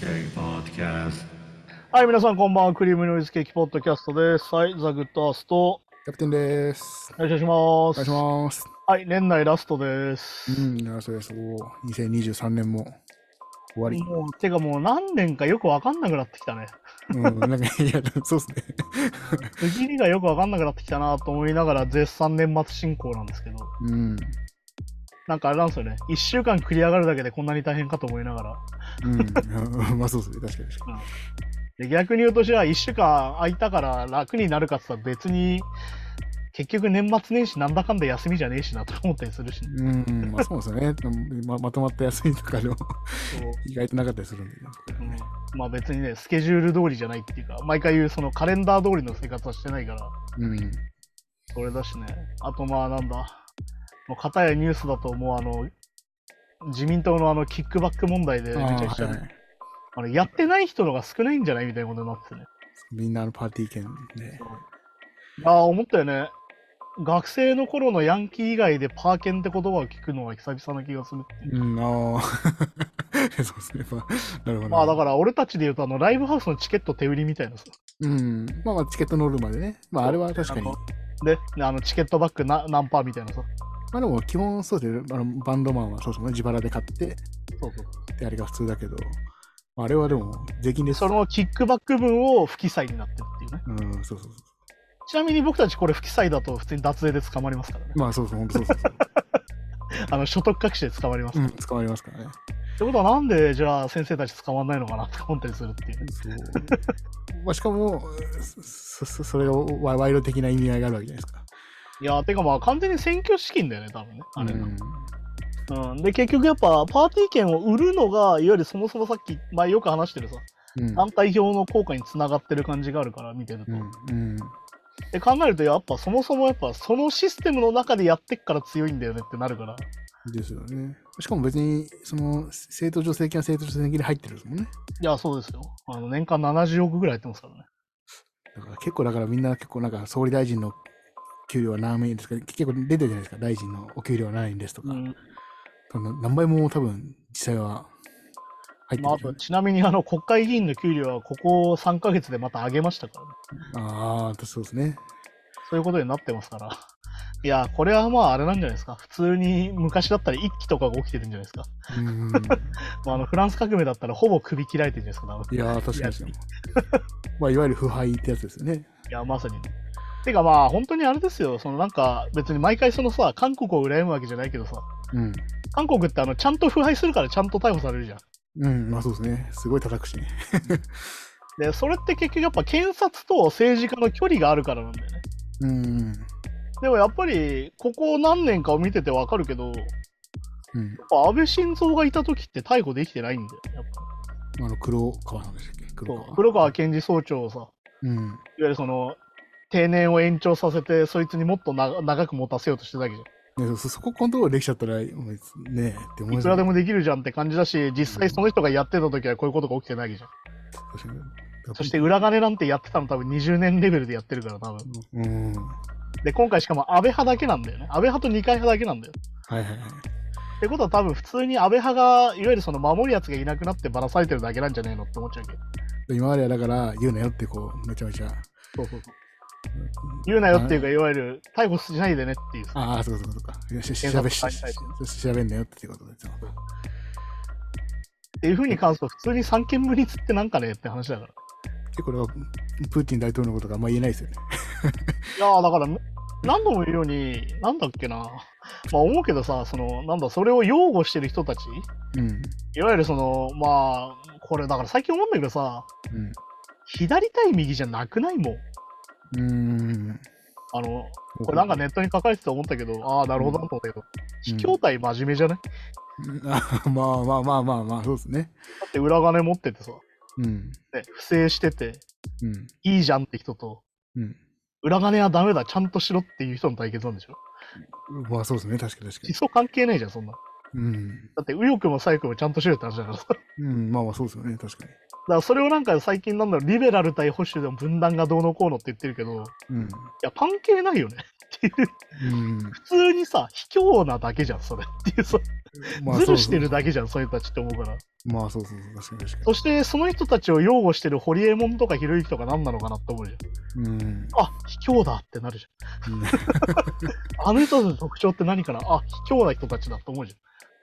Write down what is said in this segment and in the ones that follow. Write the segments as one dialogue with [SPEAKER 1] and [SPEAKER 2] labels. [SPEAKER 1] Cake Podcast.
[SPEAKER 2] はい、皆さんこんばんは。クリームノイズケーキポッドキャストです。はい、ザ・グッドアースト、
[SPEAKER 3] キャプテンです。
[SPEAKER 2] よろしくお
[SPEAKER 3] お願
[SPEAKER 2] 願いし
[SPEAKER 3] いし
[SPEAKER 2] ます。
[SPEAKER 3] ます。
[SPEAKER 2] はい、年内ラストです。
[SPEAKER 3] うん、よろしくです。おー2023年も終わり。
[SPEAKER 2] もうてかもう何年かよくわかんなくなってきたね。
[SPEAKER 3] うん、なんか、いや、 そうですね。
[SPEAKER 2] 区切りがよくわかんなくなってきたなと思いながら絶賛年末進行なんですけど、
[SPEAKER 3] うん、
[SPEAKER 2] なんかあれなんですよね。1週間繰り上がるだけでこんなに大変かと思いながら。
[SPEAKER 3] うん、まあそうですね、確かに確か
[SPEAKER 2] で逆に言うとじゃあ1週間空いたから楽になるかって言ったら別に、結局年末年始なんだかんだ休みじゃねえしなと思ったりするし、
[SPEAKER 3] に。うん、まあそうですよね。ままとまった休みとかでも 意外となかったりするんで、ね。
[SPEAKER 2] まあ別にね、スケジュール通りじゃないっていうか、毎回言うそのカレンダー通りの生活はしてないから、
[SPEAKER 3] うん。
[SPEAKER 2] それだしね。あとまあなんだ、もう片やニュースだともうあの、自民党のあのキックバック問題でめち
[SPEAKER 3] あ
[SPEAKER 2] ゃ
[SPEAKER 3] あ、
[SPEAKER 2] くちゃ、
[SPEAKER 3] はいはい。
[SPEAKER 2] あのやってない人のが少ないんじゃないみたいなことになっててね。
[SPEAKER 3] みんなあのパーティー券で。
[SPEAKER 2] ああ、思ったよね。学生の頃のヤンキー以外でパーケンって言葉を聞くのは久々な気がするっていう。
[SPEAKER 3] うん、ああ。 そうですね。まあ、なるほど。
[SPEAKER 2] まあだから俺たちで言うとあのライブハウスのチケット手売りみたいなさ。
[SPEAKER 3] うん。まあまあ、チケット乗るまでね。まあ、あれは確かに。ま
[SPEAKER 2] で、あのチケットバッグな何パーみたいなさ。
[SPEAKER 3] あでも、基本そうですね。あのバンドマンはそうですね。自腹で買って、
[SPEAKER 2] そうそう。
[SPEAKER 3] ってあれが普通だけど、あれはでも税金です。
[SPEAKER 2] そのキックバック分を不記載になってるっていうね。
[SPEAKER 3] うん、そうそうそう。
[SPEAKER 2] ちなみに僕たちこれ不記載だと普通に脱税で捕まりますからね。
[SPEAKER 3] まあそうそう、本当そうそう
[SPEAKER 2] あの所得隠しで捕まります。
[SPEAKER 3] そう。う
[SPEAKER 2] っ
[SPEAKER 3] ん、捕まりますからね。
[SPEAKER 2] てことはなんでじゃあ先生たち捕まんないのかなって思ったりするっていうね。
[SPEAKER 3] そう。まあしかも、そそそれがわ賄賂的な意味合いがあるわけじゃないですか。
[SPEAKER 2] いやーてかまあ完全に選挙資金だよね多分ね。あれ、
[SPEAKER 3] うん、
[SPEAKER 2] うんで結局やっぱパーティー券を売るのがいわゆるそもそもさっき前よく話してるさ
[SPEAKER 3] うん。
[SPEAKER 2] 反対票の効果につながってる感じがあるから見てると。
[SPEAKER 3] うん、うん。
[SPEAKER 2] で考えるとやっぱそもそもやっぱそのシステムの中でやってっから強いんだよねってなるから。
[SPEAKER 3] ですよね。しかも別に、その、政党助成金は政党助成金で入ってるんですもんね。
[SPEAKER 2] いやそうですよ。あの年間70億ぐらいやってますからね。
[SPEAKER 3] だから結構、だからみんな結構なんか総理大臣の給料は何円ですか結構出てるじゃないですか。大臣のお給料は何円ですとか。
[SPEAKER 2] うん
[SPEAKER 3] 多分何倍も多分実際は入ってる、
[SPEAKER 2] まあ、あとちなみにあの国会議員の給料はここ3ヶ月でまた上げましたからね。
[SPEAKER 3] ああ、そうです ね。
[SPEAKER 2] そういうことになってますから。 いや、これはまああれなんじゃないですか。普通に昔だったら一揆とかが起きてるんじゃないですか。
[SPEAKER 3] うーん。
[SPEAKER 2] まあ、あのフランス革命だったらほぼ首切られてるんじゃないですか、多分
[SPEAKER 3] いやー、確かにそう。まあ、いわゆる腐敗ってやつですよね。
[SPEAKER 2] いや、まさに。てかまあ本当にあれですよ。そのなんか別に毎回そのさ、韓国を羨むわけじゃないけどさ、
[SPEAKER 3] うん。
[SPEAKER 2] 韓国ってあのちゃんと腐敗するからちゃんと逮捕されるじゃん。
[SPEAKER 3] うん、まあそうですね。すごい叩くしね。
[SPEAKER 2] で、それって結局やっぱ検察と政治家の距離があるからなんだよね。
[SPEAKER 3] うん。
[SPEAKER 2] でもやっぱりここ何年かを見ててわかるけど、
[SPEAKER 3] うん。
[SPEAKER 2] やっぱ安倍晋三がいた時って逮捕できてないんだよ。やっぱ
[SPEAKER 3] あの、黒川さんでしたっけ黒
[SPEAKER 2] そう
[SPEAKER 3] 川。
[SPEAKER 2] 黒川検事総長をさ、いわ
[SPEAKER 3] うん。
[SPEAKER 2] ゆるその、定年を延長させて、そいつにもっとな長く持たせようとしてたわけじ
[SPEAKER 3] ね、そそこコントロールできちゃったら、もうねえって思
[SPEAKER 2] ゃん。い
[SPEAKER 3] い
[SPEAKER 2] くらで
[SPEAKER 3] も。
[SPEAKER 2] もできるじゃんって感じだし、実際その人がやってた時はこういうことが起きてないわけじゃん。
[SPEAKER 3] 確かに
[SPEAKER 2] そして、裏金なんてやってたの多分20年レベルでやってるから多分。
[SPEAKER 3] うん。は
[SPEAKER 2] で、今回しかも安倍派だけなんだよね。安倍派と二階派だけなんだよ。
[SPEAKER 3] いはいはい。
[SPEAKER 2] ってことは多分普通に安倍派が、いわゆるその守るやつがいなくなってばらされてるだけなんじゃねえのって思っちゃうけど。
[SPEAKER 3] 今まではだから、言うなよって、こう、めちゃめちゃ。
[SPEAKER 2] そうそうそう。言うなよっていうか、いわゆる逮捕しないでねっていうさ。
[SPEAKER 3] ああ、そうかそうかそうか。し
[SPEAKER 2] 検
[SPEAKER 3] し調
[SPEAKER 2] 索
[SPEAKER 3] べし
[SPEAKER 2] 対対
[SPEAKER 3] し調べんなよっていうことですよ。
[SPEAKER 2] っていうふうに関すると、普通に三権分立ってなんかねって話だから。
[SPEAKER 3] 結構だからプーチン大統領のことがあんま言えないですよね。
[SPEAKER 2] いやーだから、何度も言うように、なんだっけな、まあ思うけどさ、その、なんだ、それを擁護してる人たち、
[SPEAKER 3] うん。
[SPEAKER 2] いわゆるその、まあ、これ、だから最近思うんだけどさ、
[SPEAKER 3] うん。
[SPEAKER 2] 左対右じゃなくないもん。
[SPEAKER 3] うーん。
[SPEAKER 2] あの、これなんかネットに書かれてて思ったけど、ああ、なるほどなと思ったけど、卑怯対真面目じゃないだ
[SPEAKER 3] うん。あ まあまあまあまあまあ、そうですね。
[SPEAKER 2] って裏金持っててさ、
[SPEAKER 3] うん。
[SPEAKER 2] ね、不正してて、
[SPEAKER 3] うん。
[SPEAKER 2] いいじゃんって人と、
[SPEAKER 3] うん。
[SPEAKER 2] 裏金はダメだ、ちゃんとしろっていう人の対決なんでしょ
[SPEAKER 3] まあそうですね、確かに確か
[SPEAKER 2] 思想関係ないじゃん、そんな。
[SPEAKER 3] うん。
[SPEAKER 2] だって右翼も左翼もちゃんとしろよって話だからさ。だか
[SPEAKER 3] うん、まあまあそうですよね、確から
[SPEAKER 2] それをなんか最近なんだろう、リベラル対保守でも分断がどうのこうのって言ってるけど、い
[SPEAKER 3] に。うん。
[SPEAKER 2] や、関係ないよね。
[SPEAKER 3] うん。
[SPEAKER 2] 普通にさ、卑怯なだけじゃん、それ。っていうさ、
[SPEAKER 3] まあ
[SPEAKER 2] ズルしてる
[SPEAKER 3] だ
[SPEAKER 2] だけじゃん、そういう人たちって思うから。
[SPEAKER 3] まあそうそうそう、確かに確か
[SPEAKER 2] そして、その人たちを擁護してるホリエモンとかひろゆきとか何なのかなって思うじゃん。
[SPEAKER 3] に。うん。
[SPEAKER 2] あ、卑怯だってなるじゃん。あの人たちの特徴って何かなあ、卑怯な人たちだと思うじゃん。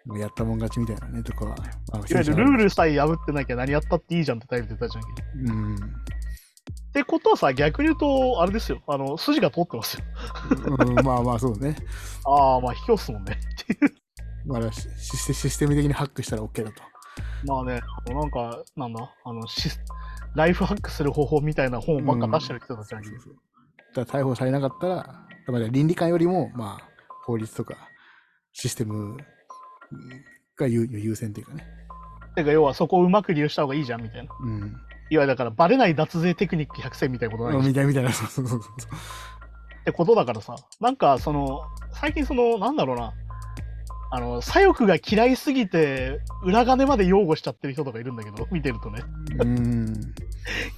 [SPEAKER 3] もうやったもん勝ちみたいなね、とかは。まあ、
[SPEAKER 2] いわゆるルールさえ破ってなきゃ何やったっていいじゃんってタイプで言ったじゃんけ。っ
[SPEAKER 3] ル。うん。
[SPEAKER 2] てことはさ、逆に言うと、あれですよ。あの、筋が通ってますよ。
[SPEAKER 3] うん、まあまあそうね。
[SPEAKER 2] ああ、まあ、卑怯っすもんね。
[SPEAKER 3] まあシシステシステム的にハックしたら OK だと。
[SPEAKER 2] まあね、あのなんか、なんだ、あの、シスライフハックする方法みたいな本ばっか出してる人たちじゃんけ。
[SPEAKER 3] そうそうだから逮捕されなかったら、まあ倫理観よりも、まあ、法律とかシステムが優優先というかね。
[SPEAKER 2] てか、要はそこをうまく利用した方がいいじゃんみたいな。
[SPEAKER 3] うん。
[SPEAKER 2] いわゆるだから、バレない脱税テクニック100選みたいなことない
[SPEAKER 3] みたいな、みたいな。そうそうそうそう。
[SPEAKER 2] ってことだからさ、なんかその、最近その、なんだろうな、あの、左翼が嫌いすぎて、裏金まで擁護しちゃってる人とかいるんだけど、見てるとね。
[SPEAKER 3] うん。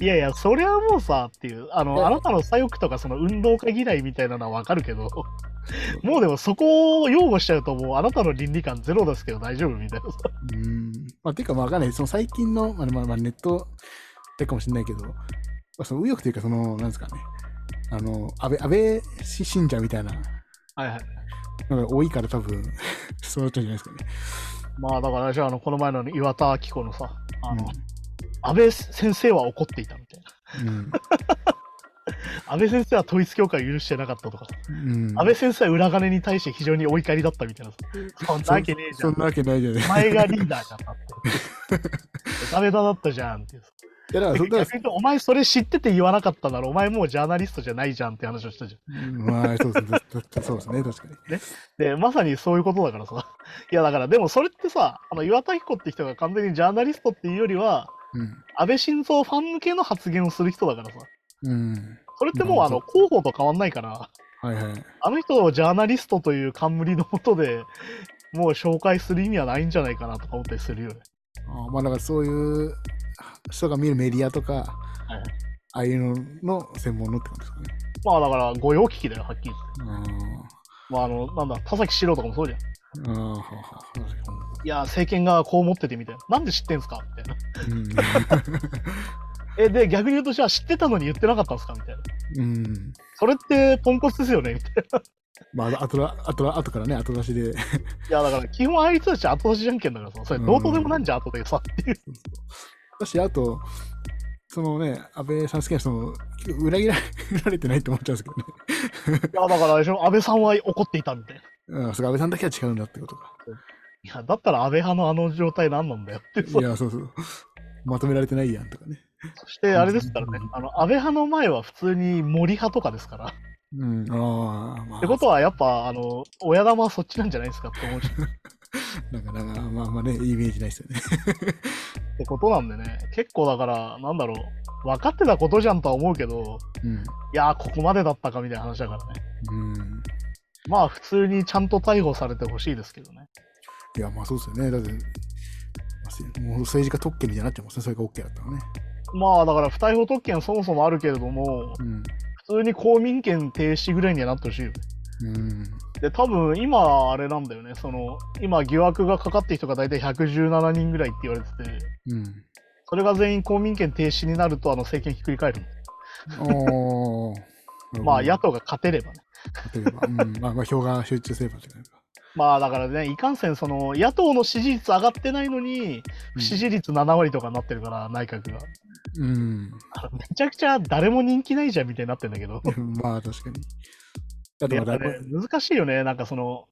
[SPEAKER 2] いやいや、それはもうさ、っていう、あ
[SPEAKER 3] え
[SPEAKER 2] の、あなたの左翼とかその運動家嫌いみたいなのはわかるけど、もうでもそこを擁護しちゃうと、もうあなたの倫理観ゼロですけど大丈夫みたいなさ。
[SPEAKER 3] うん。まあ、ていうか、まあ、わかんない。その最近の、まあ、まあ、まあネットだけかもしれないけど、まあ、その右翼というか、その、なんですかね。あの、安倍、安倍信者みたいな
[SPEAKER 2] はいはい。
[SPEAKER 3] のが多いから多分、 そうなっちゃうんじゃないですかね。
[SPEAKER 2] まあだから、じゃあ、あの、この前のね岩田明子のさ、あの、安倍先生は怒っていたみたいな。
[SPEAKER 3] うん。
[SPEAKER 2] 安倍先生は統一教会を許してなかったとかさ。
[SPEAKER 3] うん。
[SPEAKER 2] 安倍先生は裏金に対して非常にお怒りだったみたいなさ。そんなわけねえじゃ
[SPEAKER 3] そん
[SPEAKER 2] ん。
[SPEAKER 3] なわけないじゃない。
[SPEAKER 2] お前がリーダーだったって。 ダメだだったじゃんっていうさ。
[SPEAKER 3] いやだから、そ
[SPEAKER 2] 逆
[SPEAKER 3] だから
[SPEAKER 2] に言うとお前それ知ってて言わなかったならお前もうジャーナリストじゃないじゃんって話をしたじゃん。
[SPEAKER 3] うんまあ、そうですね。だ だそうですね、確かに。
[SPEAKER 2] で、まさにそういうことだからさ。 いやだからでもそれってさ、あの岩田彦って人が完全にジャーナリストっていうよりは、
[SPEAKER 3] うん。
[SPEAKER 2] 安倍晋三ファン向けの発言をする人だからさ。
[SPEAKER 3] うん。
[SPEAKER 2] それってもうあの広報と変わんないから、
[SPEAKER 3] はいはい。
[SPEAKER 2] あの人をジャーナリストという冠のもとでもう紹介する意味はないんじゃないかなとか思ったりするよね。
[SPEAKER 3] あまあ、だからそういう人が見るメディアとか、
[SPEAKER 2] い
[SPEAKER 3] ああいうのの専門のってことですかね。
[SPEAKER 2] まあだから、御用聞きだよ、はっきり言って。
[SPEAKER 3] あ
[SPEAKER 2] まああの、なんだ、田崎史郎とかもそうじゃん。
[SPEAKER 3] あ、ははは。
[SPEAKER 2] いや、政権がこう思っててみたいな。なんで知ってんすかみたいな。え、で、逆に言うと、じゃあ知ってたのに言ってなかったんすかみたいな。
[SPEAKER 3] うん。 うん。
[SPEAKER 2] それってポンコツですよねみたいな。
[SPEAKER 3] まあ、あとら、あとら、あとからね、後出しで。
[SPEAKER 2] いや、だから、基本あいつたち後出しじゃんけんだからさ、それどうとでもなんじゃん、後でさっていう。
[SPEAKER 3] だし、あと、そのね、安倍さん好きな人も、裏切ら られてないって思っちゃうんですけどね。
[SPEAKER 2] いや、だからあれでしょ、安倍さんは怒っていたみたいな。
[SPEAKER 3] うん、そうか安倍さんだけは違うんだってことか。
[SPEAKER 2] いや、だったら安倍派のあの状態何なんだよっていう
[SPEAKER 3] いや、そうそう。まとめられてないやんとかね。
[SPEAKER 2] そして、あれですからね
[SPEAKER 3] うん、
[SPEAKER 2] あの、安倍派の前は普通に森派とかですから。っ
[SPEAKER 3] うん、ああ、まあ。
[SPEAKER 2] てことは、やっぱ、あの、親玉はそっちなんじゃないですかって思うし。っ
[SPEAKER 3] なかなか、まあまあね、いいイメージないですよね。
[SPEAKER 2] てことなんでね、結構だから、なんだろう、分かってたことじゃんとは思うけど、いやー、ここまでだったかみたいな話だからね。
[SPEAKER 3] うん。うん。
[SPEAKER 2] まあ、普通にちゃんと逮捕されてほしいですけどね。
[SPEAKER 3] いや、まあそうですよね。だって、まあせもう政治家特権みたいになっちゃいますね。それが OK だったらね。
[SPEAKER 2] まあ、だから、不逮捕特権はそもそもあるけれども、
[SPEAKER 3] うん。
[SPEAKER 2] 普通に公民権停止ぐらいにはなってほしいよね。
[SPEAKER 3] うん。
[SPEAKER 2] で、多分、今、あれなんだよね、その、今、疑惑がかかってる人が大体117人ぐらいって言われてて、
[SPEAKER 3] うん。
[SPEAKER 2] それが全員公民権停止になると、あの、政権ひっくり返るの。
[SPEAKER 3] おー。
[SPEAKER 2] まあ、野党が勝てればね。
[SPEAKER 3] 例えば、うん、まあ、まあ、票が集中すればというか。
[SPEAKER 2] まあ、だからね、いかんせん、その、野党の支持率上がってないのに、不支持率7割とかになってるから、内閣が。
[SPEAKER 3] うん。
[SPEAKER 2] めちゃくちゃ誰も人気ないじゃんみたいになってんだけど。
[SPEAKER 3] まあ、確かに。だって
[SPEAKER 2] や
[SPEAKER 3] ま
[SPEAKER 2] っ
[SPEAKER 3] だ、
[SPEAKER 2] ぱね、難しいよね。なんかその、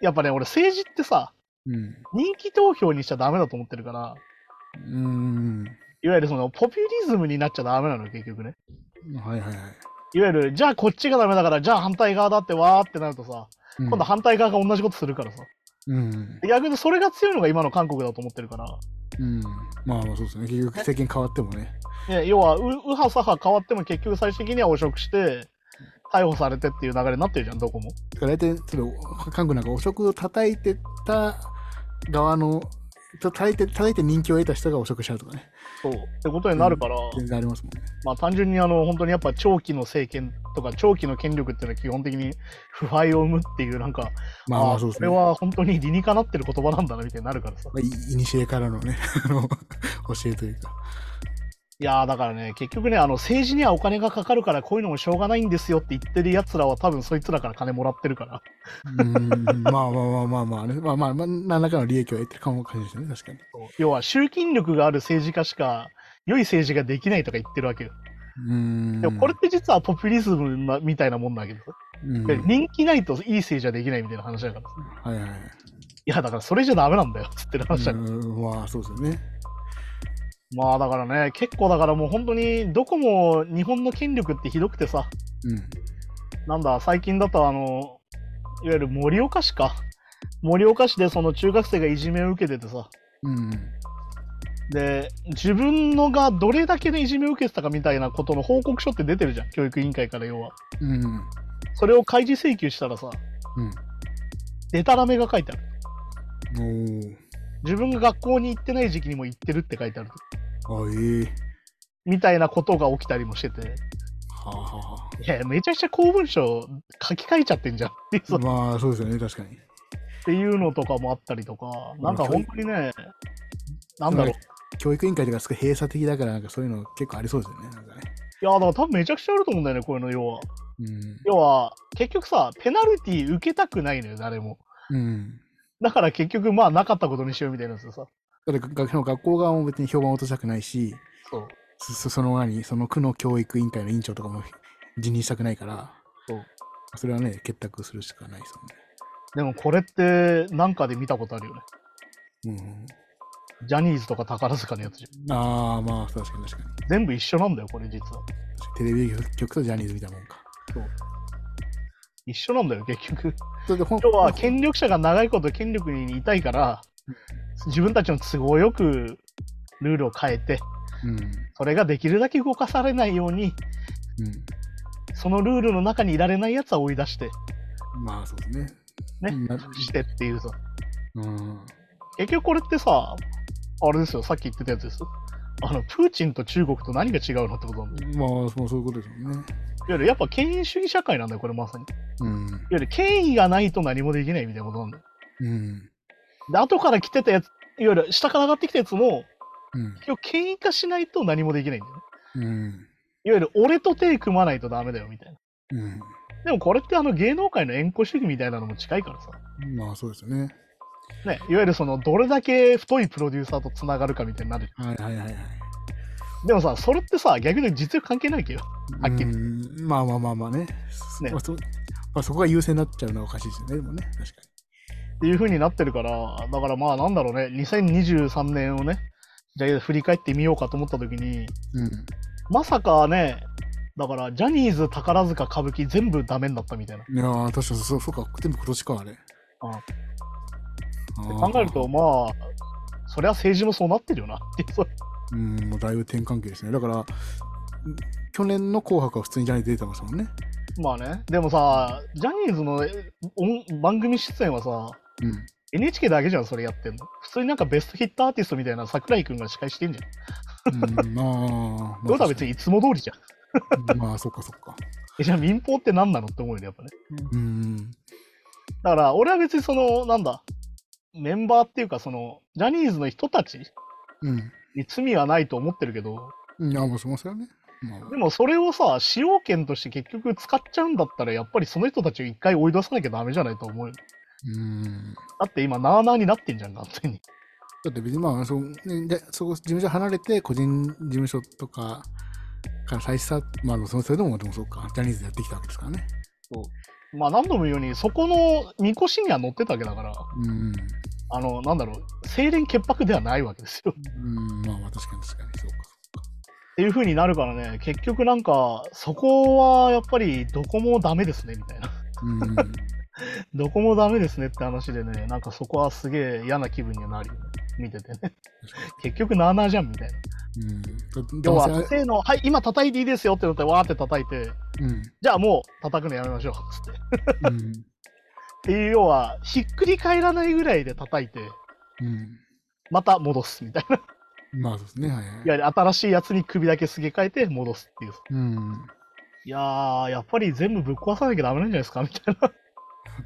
[SPEAKER 2] やっぱね、俺政治ってさ、
[SPEAKER 3] うん。
[SPEAKER 2] 人気投票にしちゃダメだと思ってるから、
[SPEAKER 3] うん。
[SPEAKER 2] いわゆるその、ポピュリズムになっちゃダメなの、結局ね。
[SPEAKER 3] はいはいはい。
[SPEAKER 2] いわゆる、じゃあこっちがダメだから、じゃあ反対側だってわーってなるとさ、
[SPEAKER 3] 今
[SPEAKER 2] 今度反対側が同じことするからさ。
[SPEAKER 3] うん。
[SPEAKER 2] 逆にそれが強いのが今の韓国だと思ってるから、
[SPEAKER 3] うん。まあまあそうですね。結局、政権変わってもね。
[SPEAKER 2] ね、要は、う右派左派変わっても結局最終的には汚職して、逮捕されてっていう流れになってるじゃん、どこも。
[SPEAKER 3] だから大体、それ、韓国なんか汚職を叩いてた側の、た叩いて、叩いて人気を得た人が汚職しちゃうとかね。
[SPEAKER 2] そう。ってことになるから、
[SPEAKER 3] 全然ありますもんね。
[SPEAKER 2] まあ単純にあの、本当にやっぱ長期の政権とか長期の権力っていうのは基本的に腐敗を生むっていう、なんか、
[SPEAKER 3] まあま
[SPEAKER 2] あ
[SPEAKER 3] あそうです
[SPEAKER 2] これ
[SPEAKER 3] ね。
[SPEAKER 2] は本当に理にかなってる言葉なんだなみたいになるからさ。
[SPEAKER 3] まあいいにしえからのね、 あの教えというか。
[SPEAKER 2] いやーだからね、結局ね、あの政治にはお金がかかるからこういうのもしょうがないんですよって言ってるやつらは多分そいつらから金もらってるから。
[SPEAKER 3] うーん、まあまあまあまあまあね。まあまあ、まあ、何らかの利益を得てるかもしれないですね、確かに。
[SPEAKER 2] 要は集金力がある政治家しか良い政治ができないとか言ってるわけよ。
[SPEAKER 3] うーん。
[SPEAKER 2] でもこれって実はポピュリズムなみたいなもんだけど、
[SPEAKER 3] うん、
[SPEAKER 2] で人気ないといい政治はできないみたいな話だから。
[SPEAKER 3] はいはいはい。
[SPEAKER 2] いやだからそれじゃダメなんだよつってる話だから。
[SPEAKER 3] うん、まあそうですよね。
[SPEAKER 2] まあだからね、結構だからもう本当にどこも日本の権力ってひどくてさ、
[SPEAKER 3] うん。
[SPEAKER 2] なんだ、最近だとあの、いわゆる盛岡市か。盛岡市でその中学生がいじめを受けててさ、
[SPEAKER 3] うん。
[SPEAKER 2] で、自分のがどれだけでいじめを受けてたかみたいなことの報告書って出てるじゃん、教育委員会から要は。
[SPEAKER 3] うん。うん。
[SPEAKER 2] それを開示請求したらさ、でたらめが書いてある。自分が学校に行ってない時期にも行ってるって書いてある。
[SPEAKER 3] おー。あ、ええ
[SPEAKER 2] みたいなことが起きたりもしてて、
[SPEAKER 3] はあはい
[SPEAKER 2] や、めちゃくちゃ公文書書き換えちゃってんじゃんっていう
[SPEAKER 3] あ。まあそうですよね、確かに。
[SPEAKER 2] っていうのとかもあったりとか、なんか本当にね、なんだろう。
[SPEAKER 3] 教育委員会とかすごい閉鎖的だから、なんかそういうの結構ありそうですよね。なんかね。
[SPEAKER 2] いや、だから多分めちゃくちゃあると思うんだよね、こういうの、要は。
[SPEAKER 3] うん。
[SPEAKER 2] 要は、結局さ、ペナルティ受けたくないのよ、誰も。
[SPEAKER 3] うん。
[SPEAKER 2] だから結局、まあ、なかったことにしようみたいなやつでさ。
[SPEAKER 3] だって学学校側も別に評判を落としたくないし、
[SPEAKER 2] そう。
[SPEAKER 3] そそその何その区の教育委員会の委員長とかも辞任したくないから、
[SPEAKER 2] そう
[SPEAKER 3] それはね、結託するしかないです
[SPEAKER 2] でもこれって、なんかで見たことあるよね。
[SPEAKER 3] もんね。
[SPEAKER 2] ジャニーズとか宝塚のやつじゃ
[SPEAKER 3] うん。ああ、まあ確かに確かに。
[SPEAKER 2] ん。全部一緒なんだよ、これ実は。
[SPEAKER 3] テレビ局とジャニーズみたいなもんか。
[SPEAKER 2] 一緒なんだよ、結局。
[SPEAKER 3] それで本
[SPEAKER 2] 要は、権力者が長いこと権力にいたいから、自分たちの都合よくルールを変えて、
[SPEAKER 3] うん。うん。
[SPEAKER 2] それができるだけ動かされないように、そのルールの中にいられないやつは追い出して、
[SPEAKER 3] まあそうですね。
[SPEAKER 2] ね
[SPEAKER 3] な
[SPEAKER 2] してっていうさ。
[SPEAKER 3] うん。
[SPEAKER 2] 結局これってさ、あれですよ、さっき言ってたやつですよ。あの、プーチンと中国と何が違うのってことなんだよ。
[SPEAKER 3] まあ、そうそういうことですも
[SPEAKER 2] い
[SPEAKER 3] んね。
[SPEAKER 2] わゆるやっぱ権威主義社会なんだよ、これまさに。いわ
[SPEAKER 3] うん。
[SPEAKER 2] ゆる権威がないと何もできないみたいなことなんだよ。
[SPEAKER 3] うん。
[SPEAKER 2] で、後から来てたやつ、いわゆる下から上がってきたやつも、
[SPEAKER 3] うん。
[SPEAKER 2] 結局権威化しないと何もできないんだよね。
[SPEAKER 3] うん。
[SPEAKER 2] いわゆる俺と手組まないとダメだよ、みたいな。
[SPEAKER 3] うん。
[SPEAKER 2] でもこれってあの芸能界の縁故主義みたいなのも近いからさ。
[SPEAKER 3] まあそうですよね。
[SPEAKER 2] ね、いわゆるそのどれだけ太いプロデューサーとつながるかみたいになる。
[SPEAKER 3] はいはいはいはい。
[SPEAKER 2] でもさ、それってさ、逆に実力関係ないわけど。はっきり
[SPEAKER 3] うんまあまあまあまあね。
[SPEAKER 2] ね
[SPEAKER 3] まあそまあ、そこが優勢になっちゃうのはおかしいですよね。でもね、確か
[SPEAKER 2] っていう風になってるから、だからまあなんだろうね、2023年をね、じゃあ振り返ってみようかと思った時に、
[SPEAKER 3] に。うん。
[SPEAKER 2] まさかね、だからジャニーズ、宝塚、歌舞伎全部ダメになったみたいな。
[SPEAKER 3] いやー、確かにそうそうか、全部今年か、あれ。
[SPEAKER 2] ああ
[SPEAKER 3] あー
[SPEAKER 2] 考えると、まあ、そりゃ政治もそうなってるよな っていう。そう
[SPEAKER 3] うん、もうだいぶ転換期ですね。だから、去年の紅白は普通にジャニーズ出てますもんね。
[SPEAKER 2] まあね、でもさ、ジャニーズのえ音番組出演はさ、
[SPEAKER 3] うん。
[SPEAKER 2] NHK だけじゃん、それやってんの。普通になんかベストヒットアーティストみたいな桜井くんが司会してんじゃん。
[SPEAKER 3] うん、ま あ、
[SPEAKER 2] どうだ別にいつも通りじゃん。
[SPEAKER 3] まあ、そっかそっか。
[SPEAKER 2] え、じゃあ民放って何なのって思うよね、やっぱね。
[SPEAKER 3] うん。
[SPEAKER 2] だから、俺は別にその、なんだ、メンバーっていうか、その、ジャニーズの人たち
[SPEAKER 3] うん。
[SPEAKER 2] に罪はないと思ってるけど、
[SPEAKER 3] いや、まあ、そもそもね。まあ、
[SPEAKER 2] でもそれをさ、使用権として結局使っちゃうんだったら、やっぱりその人たちを一回追い出さなきゃダメじゃないと思うよ。
[SPEAKER 3] うん。
[SPEAKER 2] だって今、なあなあになってんじゃん、完全に。
[SPEAKER 3] だって別にまあ、そう、ね、で、そこ、事務所離れて、個人事務所とかから再スタート、まあ、そのそれでも、でもそうか、ジャニーズでやってきたわけですからね。
[SPEAKER 2] まあ何度も言うように、そこのみこしには乗ってたわけだから、
[SPEAKER 3] うん。
[SPEAKER 2] あの、なんだろう、清廉潔白ではないわけですよ。っ
[SPEAKER 3] うん、まあまあ、確かに確かに、そうか。
[SPEAKER 2] ていう風になるからね、結局なんか、そこはやっぱりどこもダメですね、みたいな。
[SPEAKER 3] うん。
[SPEAKER 2] どこもダメですねって話でね、なんかそこはすげえ嫌な気分にはなるよね。見ててね。結局なあなあじゃんみたいな。
[SPEAKER 3] うん。
[SPEAKER 2] 要
[SPEAKER 3] ど
[SPEAKER 2] は、せーの、はい、今叩いていいですよってなって、わーって叩いて、
[SPEAKER 3] うん。
[SPEAKER 2] じゃあもう叩くのやめましょう、つって。っ
[SPEAKER 3] うん。
[SPEAKER 2] ていう要は、ひっくり返らないぐらいで叩いて、
[SPEAKER 3] うん。
[SPEAKER 2] また戻すみたいな。
[SPEAKER 3] まあそうですね。はい
[SPEAKER 2] い
[SPEAKER 3] はい。
[SPEAKER 2] わゆる新しいやつに首だけすげ替えて戻すっていう。
[SPEAKER 3] うん。
[SPEAKER 2] いやー、やっぱり全部ぶっ壊さなきゃダメなんじゃないですかみたい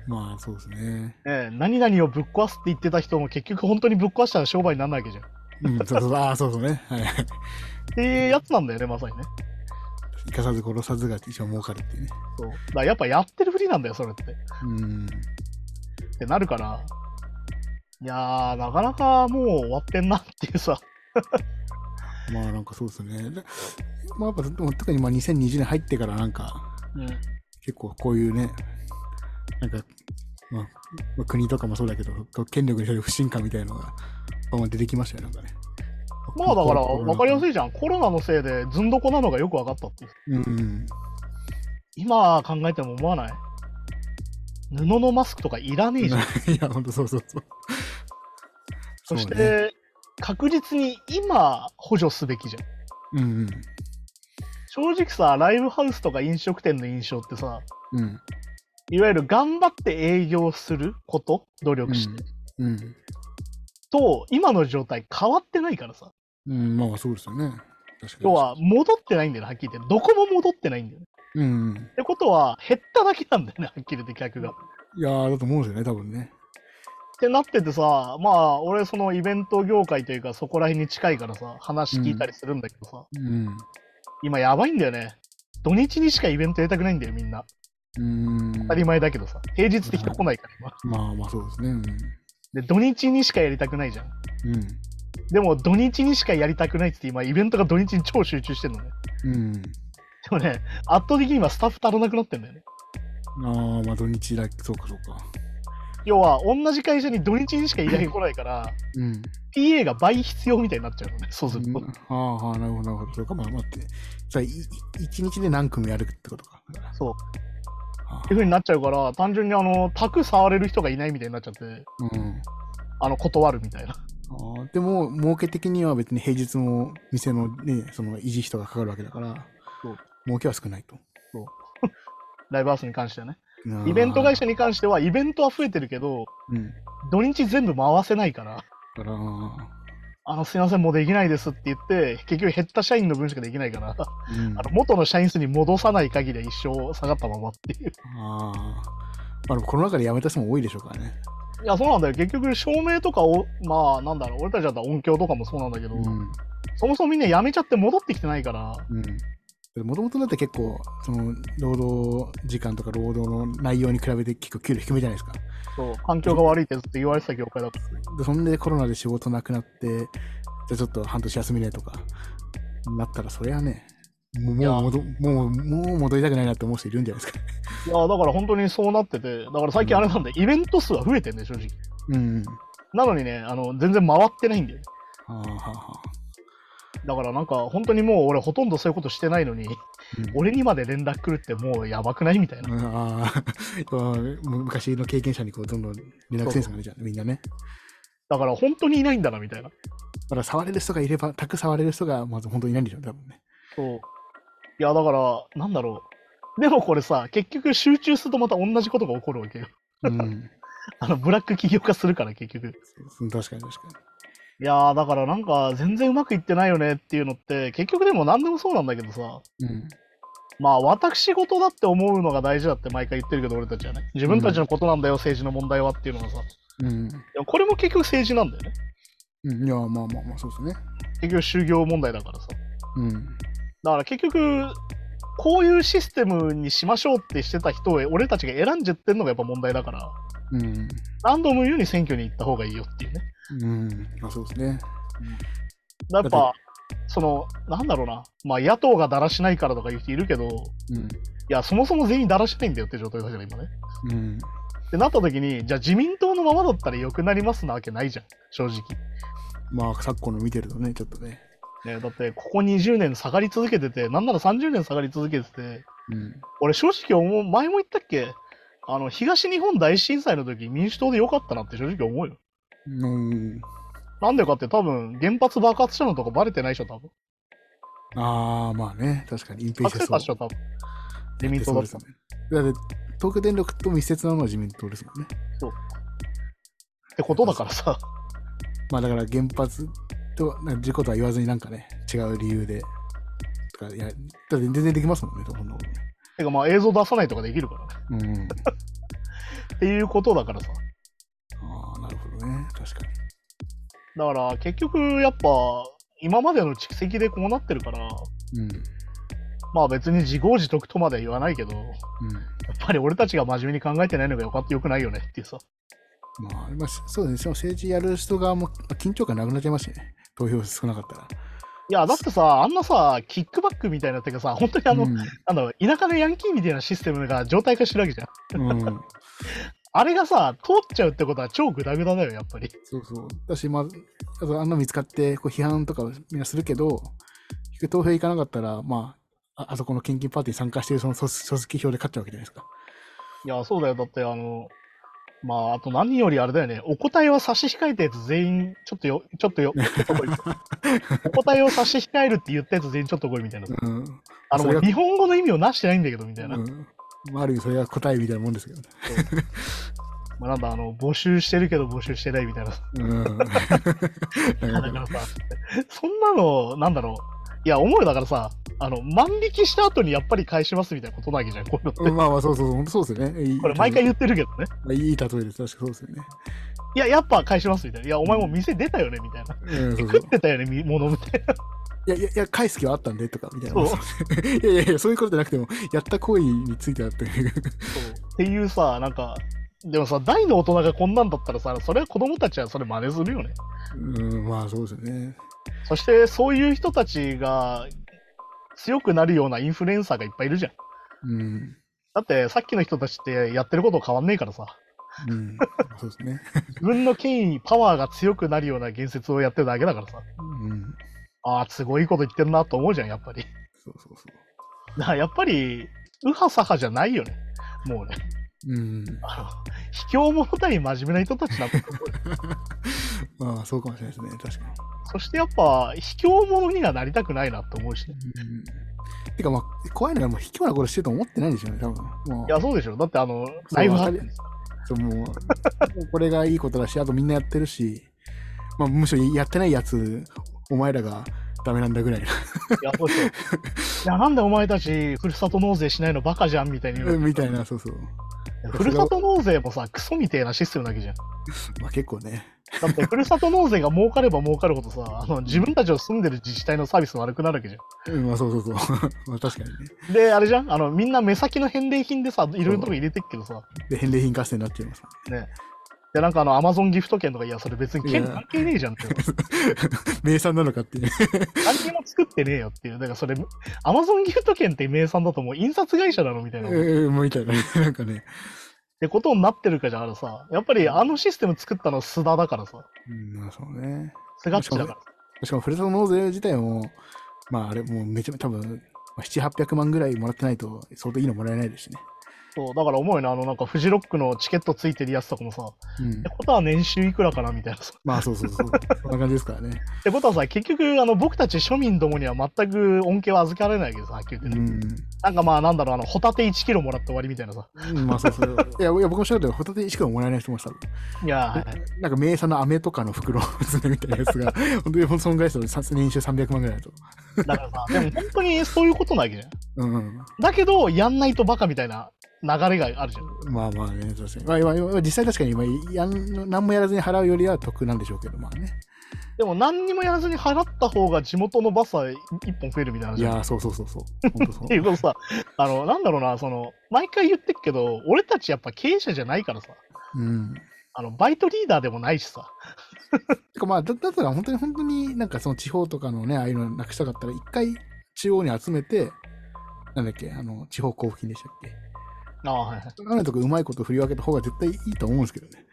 [SPEAKER 3] まあそうですね。
[SPEAKER 2] な。ねえ、何々をぶっ壊すって言ってた人も結局本当にぶっ壊したら商売にならないわけじゃん。っ
[SPEAKER 3] うん、そうそう、ああ、そうそうね。はい。
[SPEAKER 2] ていうやつなんだよね、まさにね。
[SPEAKER 3] 生かさず殺さずが一番儲かるっていうね。
[SPEAKER 2] そう。だからやっぱやってるふりなんだよ、それって。
[SPEAKER 3] うん。
[SPEAKER 2] ってなるから、いやー、なかなかもう終わってんなっていうさ。
[SPEAKER 3] まあなんかそうですね。でまあやっぱ、でも特にまあ2020年入ってからなんか、
[SPEAKER 2] うん。
[SPEAKER 3] 結構こういうね、なんか、まあ、まあ国とかもそうだけど、こう権力による不信感みたいなのが、まあ、出てきましたよ、なんかね。
[SPEAKER 2] まあだから、
[SPEAKER 3] こう
[SPEAKER 2] わかりやす
[SPEAKER 3] い。
[SPEAKER 2] いじゃん。コロナのせいでずんどこなのがよくわかったっていう。
[SPEAKER 3] うん。
[SPEAKER 2] 今考えても思わない布のマスクとかいらねえじゃん。
[SPEAKER 3] いや、ほんとそうそうそう。
[SPEAKER 2] そし
[SPEAKER 3] うね、
[SPEAKER 2] て、確実に今補助すべきじゃん。
[SPEAKER 3] うん
[SPEAKER 2] 正直さ、ライブハウスとか飲食店の印象ってさ、
[SPEAKER 3] うん。うん。
[SPEAKER 2] いわゆる頑張って営業すること、努力して、
[SPEAKER 3] うん。
[SPEAKER 2] と、今の状態変わってないからさ。
[SPEAKER 3] うん、まあそうですよね。確かに。
[SPEAKER 2] 要は、戻ってないんだよね、はっきり言って。どこも戻ってないんだよね。
[SPEAKER 3] うん。
[SPEAKER 2] ってことは、減っただけなんだよね、はっきり言って客が。っ
[SPEAKER 3] いやー、だと思うんですよね、多分ね。
[SPEAKER 2] てなっててさ、まあ、俺、そのイベント業界というか、そこら辺に近いからさ、話聞いたりするんだけどさ、
[SPEAKER 3] うん。
[SPEAKER 2] 今やばいんだよね。土日にしかイベントやりたくないんだよ、みんな。
[SPEAKER 3] うん。
[SPEAKER 2] 当たり前だけどさ、平日って人来ないから、今。
[SPEAKER 3] まあまあそうですね。う
[SPEAKER 2] で、土日にしかやりたくないじゃん。
[SPEAKER 3] ん。
[SPEAKER 2] でも、土日にしかやりたくないっつって、今、イベントが土日に超集中してんのね。
[SPEAKER 3] うん。
[SPEAKER 2] でもね、圧倒的に今、スタッフ足らなくなってんだよね。
[SPEAKER 3] うん。ああ、まあ土日だ、そうかそうか。
[SPEAKER 2] 要は、同じ会社に土日にしか依頼来ないから、
[SPEAKER 3] うん。
[SPEAKER 2] PA が倍必要みたいになっちゃうのね、そうする
[SPEAKER 3] う
[SPEAKER 2] と
[SPEAKER 3] ん。ああ、はあ、なるほど、なるほど。そうか、まあ待って。さあ、いい一日で何組やるってことか。
[SPEAKER 2] そう。
[SPEAKER 3] あ
[SPEAKER 2] っていう風になっちゃうから、単純にあの、卓触れる人がいないみたいになっちゃって、
[SPEAKER 3] あうん。
[SPEAKER 2] あの、断るみたいな。
[SPEAKER 3] ああでも、儲け的には別に平日も店のね、その維持費とかかかるわけだから、
[SPEAKER 2] そう
[SPEAKER 3] 儲けは少ないと。
[SPEAKER 2] ライブハウスに関してはね。
[SPEAKER 3] うん
[SPEAKER 2] イベント会社に関しては、イベントは増えてるけど、
[SPEAKER 3] うん。だ
[SPEAKER 2] 土日全部回せないから、
[SPEAKER 3] から、
[SPEAKER 2] あの、すいません、もうできないですって言って、結局減った社員の分しかできないから、あ
[SPEAKER 3] うん
[SPEAKER 2] の元の社員数に戻さない限りは一生下がったままっていう。
[SPEAKER 3] ああ。まあ、でもコロナ禍で辞めた人も多いでしょうからね。
[SPEAKER 2] いや、そうなんだよ。結局、照明とかを、まあ、なんだろう、俺たちだったら音響とかもそうなんだけど、
[SPEAKER 3] うん。
[SPEAKER 2] そもそもみんな辞めちゃって戻ってきてないから、
[SPEAKER 3] うん。もともとだって結構、その、労働時間とか労働の内容に比べて結構給料低めじゃないですか。
[SPEAKER 2] そう環境が悪いってずっと言われてた業界だから。
[SPEAKER 3] で、そんでコロナで仕事なくなって、じゃあちょっと半年休みねとか、なったらそりゃね、もう
[SPEAKER 2] いや
[SPEAKER 3] もう戻もう、もう戻りたくないなって思う人いるんじゃないですか。
[SPEAKER 2] いや、だから本当にそうなってて、だから最近あれなんで、イベント数は増えてんね、正直。
[SPEAKER 3] うん。
[SPEAKER 2] なのにね、あの、全然回ってないんだよ。
[SPEAKER 3] はあはあはあ。
[SPEAKER 2] だからなんか、本当にもう俺ほとんどそういうことしてないのに、
[SPEAKER 3] うん
[SPEAKER 2] 俺にまで連絡来るってもうやばくないみたいな。
[SPEAKER 3] うんああ、 もう昔の経験者にこうどんどん連絡センスが出ちゃう、みんなね。
[SPEAKER 2] だから本当にいないんだなみたいな。
[SPEAKER 3] だから触れる人がいれば、たく触れる人がまず本当にいないんでしょう、多分ね。
[SPEAKER 2] そう。いや、だから、なんだろう。でもこれさ、結局集中するとまた同じことが起こるわけよ。
[SPEAKER 3] うん。
[SPEAKER 2] あの、ブラック起業家するから結局。
[SPEAKER 3] そう確かに確かに。
[SPEAKER 2] いやー、だからなんか全然うまくいってないよねっていうのって、結局でも何でもそうなんだけどさ、
[SPEAKER 3] うん。
[SPEAKER 2] まあ私事だって思うのが大事だって毎回言ってるけど、俺たちはね。自分たちのことなんだよ、政治の問題はっていうのがさ。
[SPEAKER 3] うん。
[SPEAKER 2] でもこれも結局政治なんだよね。
[SPEAKER 3] うん、いや、まあまあまあ、そうですね。
[SPEAKER 2] 結局就業問題だからさ。
[SPEAKER 3] うん。
[SPEAKER 2] だから結局こういうシステムにしましょうってしてた人を俺たちが選んじゃってんのがやっぱ問題だから
[SPEAKER 3] うん。
[SPEAKER 2] 何度も言うように選挙に行った方がいいよっていうね
[SPEAKER 3] うん。まあそうですね。
[SPEAKER 2] やっ
[SPEAKER 3] だ
[SPEAKER 2] ぱそのなんだろうなまあ野党がだらしないからとか言う人いるけど
[SPEAKER 3] うん。
[SPEAKER 2] いやそもそも全員だらしないんだよって状態だから今ね
[SPEAKER 3] うん。
[SPEAKER 2] ってなった時にじゃあ自民党のままだったら良くなりますなわけないじゃん正直、
[SPEAKER 3] まあ、昨今の見てるとね、ちょっとね。
[SPEAKER 2] ね、だってここ20年下がり続けててなんなら30年下がり続けてて
[SPEAKER 3] うん。
[SPEAKER 2] 俺正直思う前も言ったっけあの東日本大震災の時民主党で良かったなって正直思うよ
[SPEAKER 3] うん。
[SPEAKER 2] なんでかって多分原発爆発したのとかバレてないでしょ多分
[SPEAKER 3] ああ、まあね、確かに隠蔽
[SPEAKER 2] 隠
[SPEAKER 3] し
[SPEAKER 2] せ
[SPEAKER 3] て
[SPEAKER 2] たでしょ多分自民党だった
[SPEAKER 3] そうですね。だって、東京電力と密接なのは自民党ですもんね。
[SPEAKER 2] ってことだからさ
[SPEAKER 3] まあだから原発となんか事故とは言わずになんかね、違う理由で。とかいやだって全然できますもんね、そんなことね
[SPEAKER 2] てかまあ映像出さないとかできるからね。
[SPEAKER 3] うん。
[SPEAKER 2] っていうことだからさ。
[SPEAKER 3] ああ、なるほどね。確かに。
[SPEAKER 2] だから結局やっぱ今までの蓄積でこうなってるから、
[SPEAKER 3] うん。
[SPEAKER 2] まあ別に自業自得とまでは言わないけど、や
[SPEAKER 3] うん。
[SPEAKER 2] っぱり俺たちが真面目に考えてないのがよかったよくないよねっていうさ。
[SPEAKER 3] まあ、まあ、しそうですね。しかも政治やる人側もまあ緊張感なくなっちゃいますよね。投票少なかったら。
[SPEAKER 2] いやだってさ、あんなさ、キックバックみたいなっていうかさ、本当にあの、
[SPEAKER 3] うん、
[SPEAKER 2] あの田舎のヤンキーみたいなシステムが常態化してるわけじゃん。
[SPEAKER 3] うん。
[SPEAKER 2] あれがさ、通っちゃうってことは超グダグダだよ、やっぱり。
[SPEAKER 3] そうそう。だし、まあ、あとあんな見つかって、こう批判とかみんなするけど、結局投票行かなかったら、まあ、ああそこの献金パーティーに参加しているその組組織票で勝っちゃうわけじゃないですか。
[SPEAKER 2] いや、そうだよ。だって、あの、まあ、あと何よりあれだよね。お答えは差し控えたやつ全員、ちょっとよ、ちょっとよ、ちょっと 来いお答えを差し控えるって言ったやつ全員ちょっと来いみたいな。
[SPEAKER 3] うん。
[SPEAKER 2] あの、
[SPEAKER 3] それ
[SPEAKER 2] も
[SPEAKER 3] が
[SPEAKER 2] う日本語の意味をなしてないんだけど、みたいな。
[SPEAKER 3] うんまあ、ある意味それが答えみたいなもんですけどね。
[SPEAKER 2] まあ、なんだ、あの、募集してるけど募集してないみたいな。
[SPEAKER 3] うん。だから
[SPEAKER 2] だからさ、 そんなの、なんだろう。いや、思うよだからさ、あの、万引きした後にやっぱり返しますみたいなことなわけじゃん、こういうのって。
[SPEAKER 3] まあまあ、そうそうそう、本当そうですよね。いい
[SPEAKER 2] これ毎回言ってるけどね。
[SPEAKER 3] まあいい例えです。確かそうですよね。
[SPEAKER 2] いや、やっぱ返しますみたいな。いや、お前もう店出たよねみたいな。
[SPEAKER 3] うん、そうそ
[SPEAKER 2] 食
[SPEAKER 3] う
[SPEAKER 2] っ。てたよね、み物みたいな。
[SPEAKER 3] いやいや、いや返す気はあったんでとか、みたいな。
[SPEAKER 2] そう
[SPEAKER 3] いやいやいや、そういうことじゃなくても、やった行為についてはっていう。
[SPEAKER 2] っていうさ、なんか、でもさ、大の大人がこんなんだったらさ、それは子供たちはそれ真似するよね。
[SPEAKER 3] うん、まあそうですよね。
[SPEAKER 2] そして、そういう人たちが強くなるようなインフルエンサーがいっぱいいるじゃん。
[SPEAKER 3] うん。
[SPEAKER 2] だって、さっきの人たちってやってること変わんねえからさ、
[SPEAKER 3] うん、そうですね。
[SPEAKER 2] 自分の権威、パワーが強くなるような言説をやってるだけだからさ、
[SPEAKER 3] うん。
[SPEAKER 2] ああ、すごいこと言ってるなと思うじゃん、やっぱり。
[SPEAKER 3] そうそうそ
[SPEAKER 2] だからやっぱり、右派左派じゃないよね。もうね、
[SPEAKER 3] う。うん。
[SPEAKER 2] あの、卑怯者対真面目な人たちだと 思うよ。
[SPEAKER 3] まあそうかもしれないですね。確か
[SPEAKER 2] そしてやっぱ、卑怯者にはなりたくないなと思うしね。
[SPEAKER 3] に。うん。てかまあ、怖いのがもう卑怯なことしてると思ってないんでしょうね、多分。も
[SPEAKER 2] いや、そうでしょ。だって、あの、
[SPEAKER 3] う
[SPEAKER 2] ライブ
[SPEAKER 3] わ
[SPEAKER 2] ハ
[SPEAKER 3] か
[SPEAKER 2] ッ
[SPEAKER 3] り
[SPEAKER 2] ク
[SPEAKER 3] そう、もう、 もうこれがいいことだし、あとみんなやってるし、まあむしろやってないやつ、お前らがダメなんだぐらいの
[SPEAKER 2] いや、そうでしょ。いや、なんでお前たち、ふるさと納税しないのバカじゃんみたいに言う
[SPEAKER 3] みたいな、そうそう。
[SPEAKER 2] ふるさと納税もさ、クソみてえなシステムだけじゃん。
[SPEAKER 3] まあ結構ね。
[SPEAKER 2] だって、ふるさと納税が儲かれば儲かるほどさ、あの自分たちの住んでる自治体のサービス悪くなるわけじゃ
[SPEAKER 3] うん、まあそうそう そう。まあ確かに
[SPEAKER 2] ん。
[SPEAKER 3] ね。
[SPEAKER 2] で、あれじゃんあの、みんな目先の返礼品でさ、いろいろなとこ入れてっけどさ、
[SPEAKER 3] で、返礼品合戦になっちゃいます。
[SPEAKER 2] で、なんかあの、アマゾンギフト券とか、いや、それ別に券
[SPEAKER 3] いや
[SPEAKER 2] 関係ねえじゃんっていう。
[SPEAKER 3] 名産なのかっていう。
[SPEAKER 2] 何にも作ってねえよっていう。だからそれ、アマゾンギフト券って名産だともう印刷会社なのみたいな。
[SPEAKER 3] うん、もうみたいな。なんかね。
[SPEAKER 2] ってことになってるかじゃあるさ、やっぱりあのシステム作ったの須田だからさ、
[SPEAKER 3] うん、まあそうね。
[SPEAKER 2] 菅っちだから。
[SPEAKER 3] しかも、ふるさと納税自体も、まああれ、もうめちゃめちゃ多分、まあ、7、800万ぐらいもらってないと、相当いいのもらえないですしね。
[SPEAKER 2] そう、だから思うよね、あのなんかフジロックのチケットついてるやつとかもさ、っ
[SPEAKER 3] うん
[SPEAKER 2] て。ことは年収いくらかなみたいなさ。
[SPEAKER 3] まあそうそうそう。そんな感じですからね。
[SPEAKER 2] ってことはさ、結局あの僕たち庶民どもには全く恩恵は預けられないけどさ、はっきり
[SPEAKER 3] う
[SPEAKER 2] 言ってね。
[SPEAKER 3] ん。
[SPEAKER 2] なんかまあなんだろう、あの、ホタテ1キロもらって終わりみたいなさ。
[SPEAKER 3] まあそうそう。いや、いや僕も調べたら、ホタテしかもらえない人も多分。
[SPEAKER 2] いやー、
[SPEAKER 3] なんか名産の飴とかの袋を詰めみたいなやつが、 本当にそのぐらいですよ。さ年収300万ぐらいだと。
[SPEAKER 2] だからさ、でも本当にそういうことなわけじゃん。
[SPEAKER 3] うんうん。
[SPEAKER 2] だけど、やんないとバカみたいな流れがあるじゃん。
[SPEAKER 3] まあまあね、確かに。まあ、今今実際確かに今やん、何もやらずに払うよりは得なんでしょうけど、まあね。
[SPEAKER 2] でも何にもやらずに払った方が地元のバスは1本増えるみたいないじゃん。
[SPEAKER 3] やー、そうそうそうそう。本当そ
[SPEAKER 2] っ
[SPEAKER 3] う
[SPEAKER 2] て。いうことさ、あの、なんだろうな、その、毎回言ってるけど、俺たちやっぱ経営者じゃないからさ、
[SPEAKER 3] うん。
[SPEAKER 2] あの、バイトリーダーでもないしさ、
[SPEAKER 3] てかまあ、だだったら本当に本当になんかその地方とかのね、ああいうのなくしたかったら、一回中央に集めて、なんだっけ、あの、地方交付金でしたっけ。
[SPEAKER 2] ああはいはい
[SPEAKER 3] あのとこうまいこと振り分けた方が絶対いいと思うんですけどね。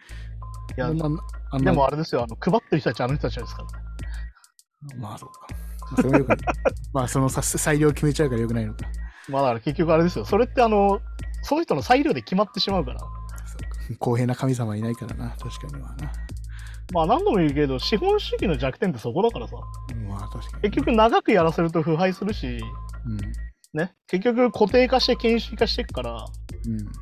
[SPEAKER 2] いや
[SPEAKER 3] あんなあん
[SPEAKER 2] で
[SPEAKER 3] な
[SPEAKER 2] もあれですよ、あの、配ってる人たちはあの人たちですから、ね。
[SPEAKER 3] まあそうか。まあそれもよくない まあそのさ裁量決めちゃうからよくないのか。
[SPEAKER 2] まあだから結局あれですよ、それってあの、その人の裁量で決まってしまうから、
[SPEAKER 3] そうか公平な神様いないからな、確かにはな。
[SPEAKER 2] まあ何度も言うけど、資本主義の弱点ってそこだからさ、
[SPEAKER 3] まあ確かに。
[SPEAKER 2] 結局長くやらせると腐敗するし、
[SPEAKER 3] うん。
[SPEAKER 2] ね、結局固定化して研修化していくから、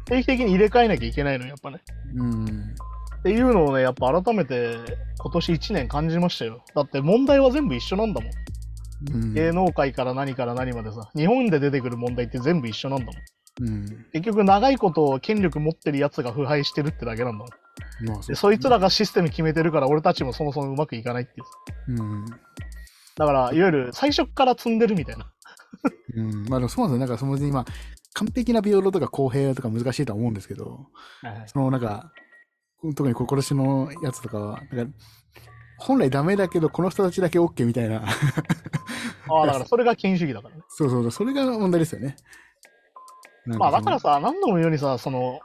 [SPEAKER 2] 定期的に入れ替えなきゃいけないのよ、やっぱね。
[SPEAKER 3] うん。うん。
[SPEAKER 2] っていうのをね、やっぱ改めて今年1年感じましたよ。だって問題は全部一緒なんだもん。
[SPEAKER 3] うん
[SPEAKER 2] 芸能界から何から何までさ、日本で出てくる問題って全部一緒なんだもん。
[SPEAKER 3] うん
[SPEAKER 2] 結局長いこと権力持ってるやつが腐敗してるってだけなんだもん。
[SPEAKER 3] まあ
[SPEAKER 2] で、そいつらがシステム決めてるから俺たちもそもそもうまくいかないっていう。
[SPEAKER 3] うん
[SPEAKER 2] だから、いわゆる最初っから積んでるみたいな。
[SPEAKER 3] うんまあでもそうなんですよなんかその今完璧な平等とか公平とか難しいとは思うんですけどそのなんか、特に心しのやつとかは、なんか本来ダメだけど、この人たちだけ OK みたいな。
[SPEAKER 2] ああ、だからそれが権威主義だからね。
[SPEAKER 3] そうそうそう、それが問題ですよね。なん
[SPEAKER 2] まあだ
[SPEAKER 3] その
[SPEAKER 2] からさ、何度も言うようにさ、その、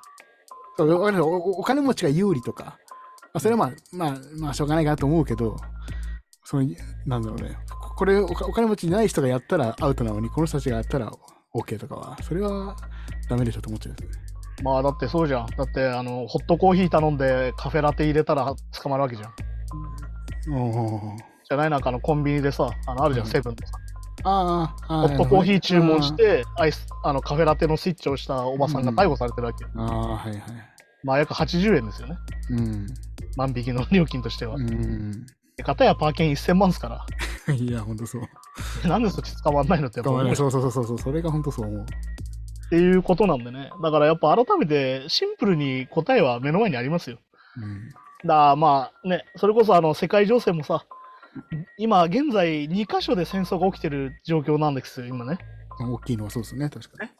[SPEAKER 3] そうわかるよおおお金持ちが有利とか、まあ、それはまあ、まあ、まあ、しょうがないかなと思うけど、その、なんだろうね、ここれおか、お金持ちじゃない人がやったらアウトなのに、この人たちがやったら OK とかは、それはダメでしょと思っちゃうんですよね。
[SPEAKER 2] まあだってそうじゃん。だって、あの、ホットコーヒー頼んでカフェラテ入れたら捕まるわけじゃん。
[SPEAKER 3] おー
[SPEAKER 2] じゃないなんかあのコンビニでさ、あのあるじゃん、
[SPEAKER 3] うん
[SPEAKER 2] セブンのさ。
[SPEAKER 3] あーあ
[SPEAKER 2] ホ
[SPEAKER 3] ー、
[SPEAKER 2] ットコーヒー注文して、アイス、あのカフェラテのスイッチを押したおばさんが逮捕されてるわけよ。
[SPEAKER 3] あー。ああ、はいはい。
[SPEAKER 2] まあ約80円ですよね。
[SPEAKER 3] うん。
[SPEAKER 2] 万引きの料金としては。
[SPEAKER 3] うん。
[SPEAKER 2] で、片やパーケン1000万ですから。
[SPEAKER 3] いや、ほんとそう。
[SPEAKER 2] なんでそっち捕まんないのってやっぱ
[SPEAKER 3] ご
[SPEAKER 2] 思
[SPEAKER 3] めん
[SPEAKER 2] う
[SPEAKER 3] ね
[SPEAKER 2] よ
[SPEAKER 3] そうそうそうそう、それがほんとそう思う。
[SPEAKER 2] っていうことなんでね。だからやっぱ改めてシンプルに答えは目の前にありますよ。
[SPEAKER 3] うん。
[SPEAKER 2] だまあね、それこそあの世界情勢もさ、今現在2カ所で戦争が起きてる状況なんですよ、今ね。
[SPEAKER 3] 大きいのはそうですね、確かに。
[SPEAKER 2] っ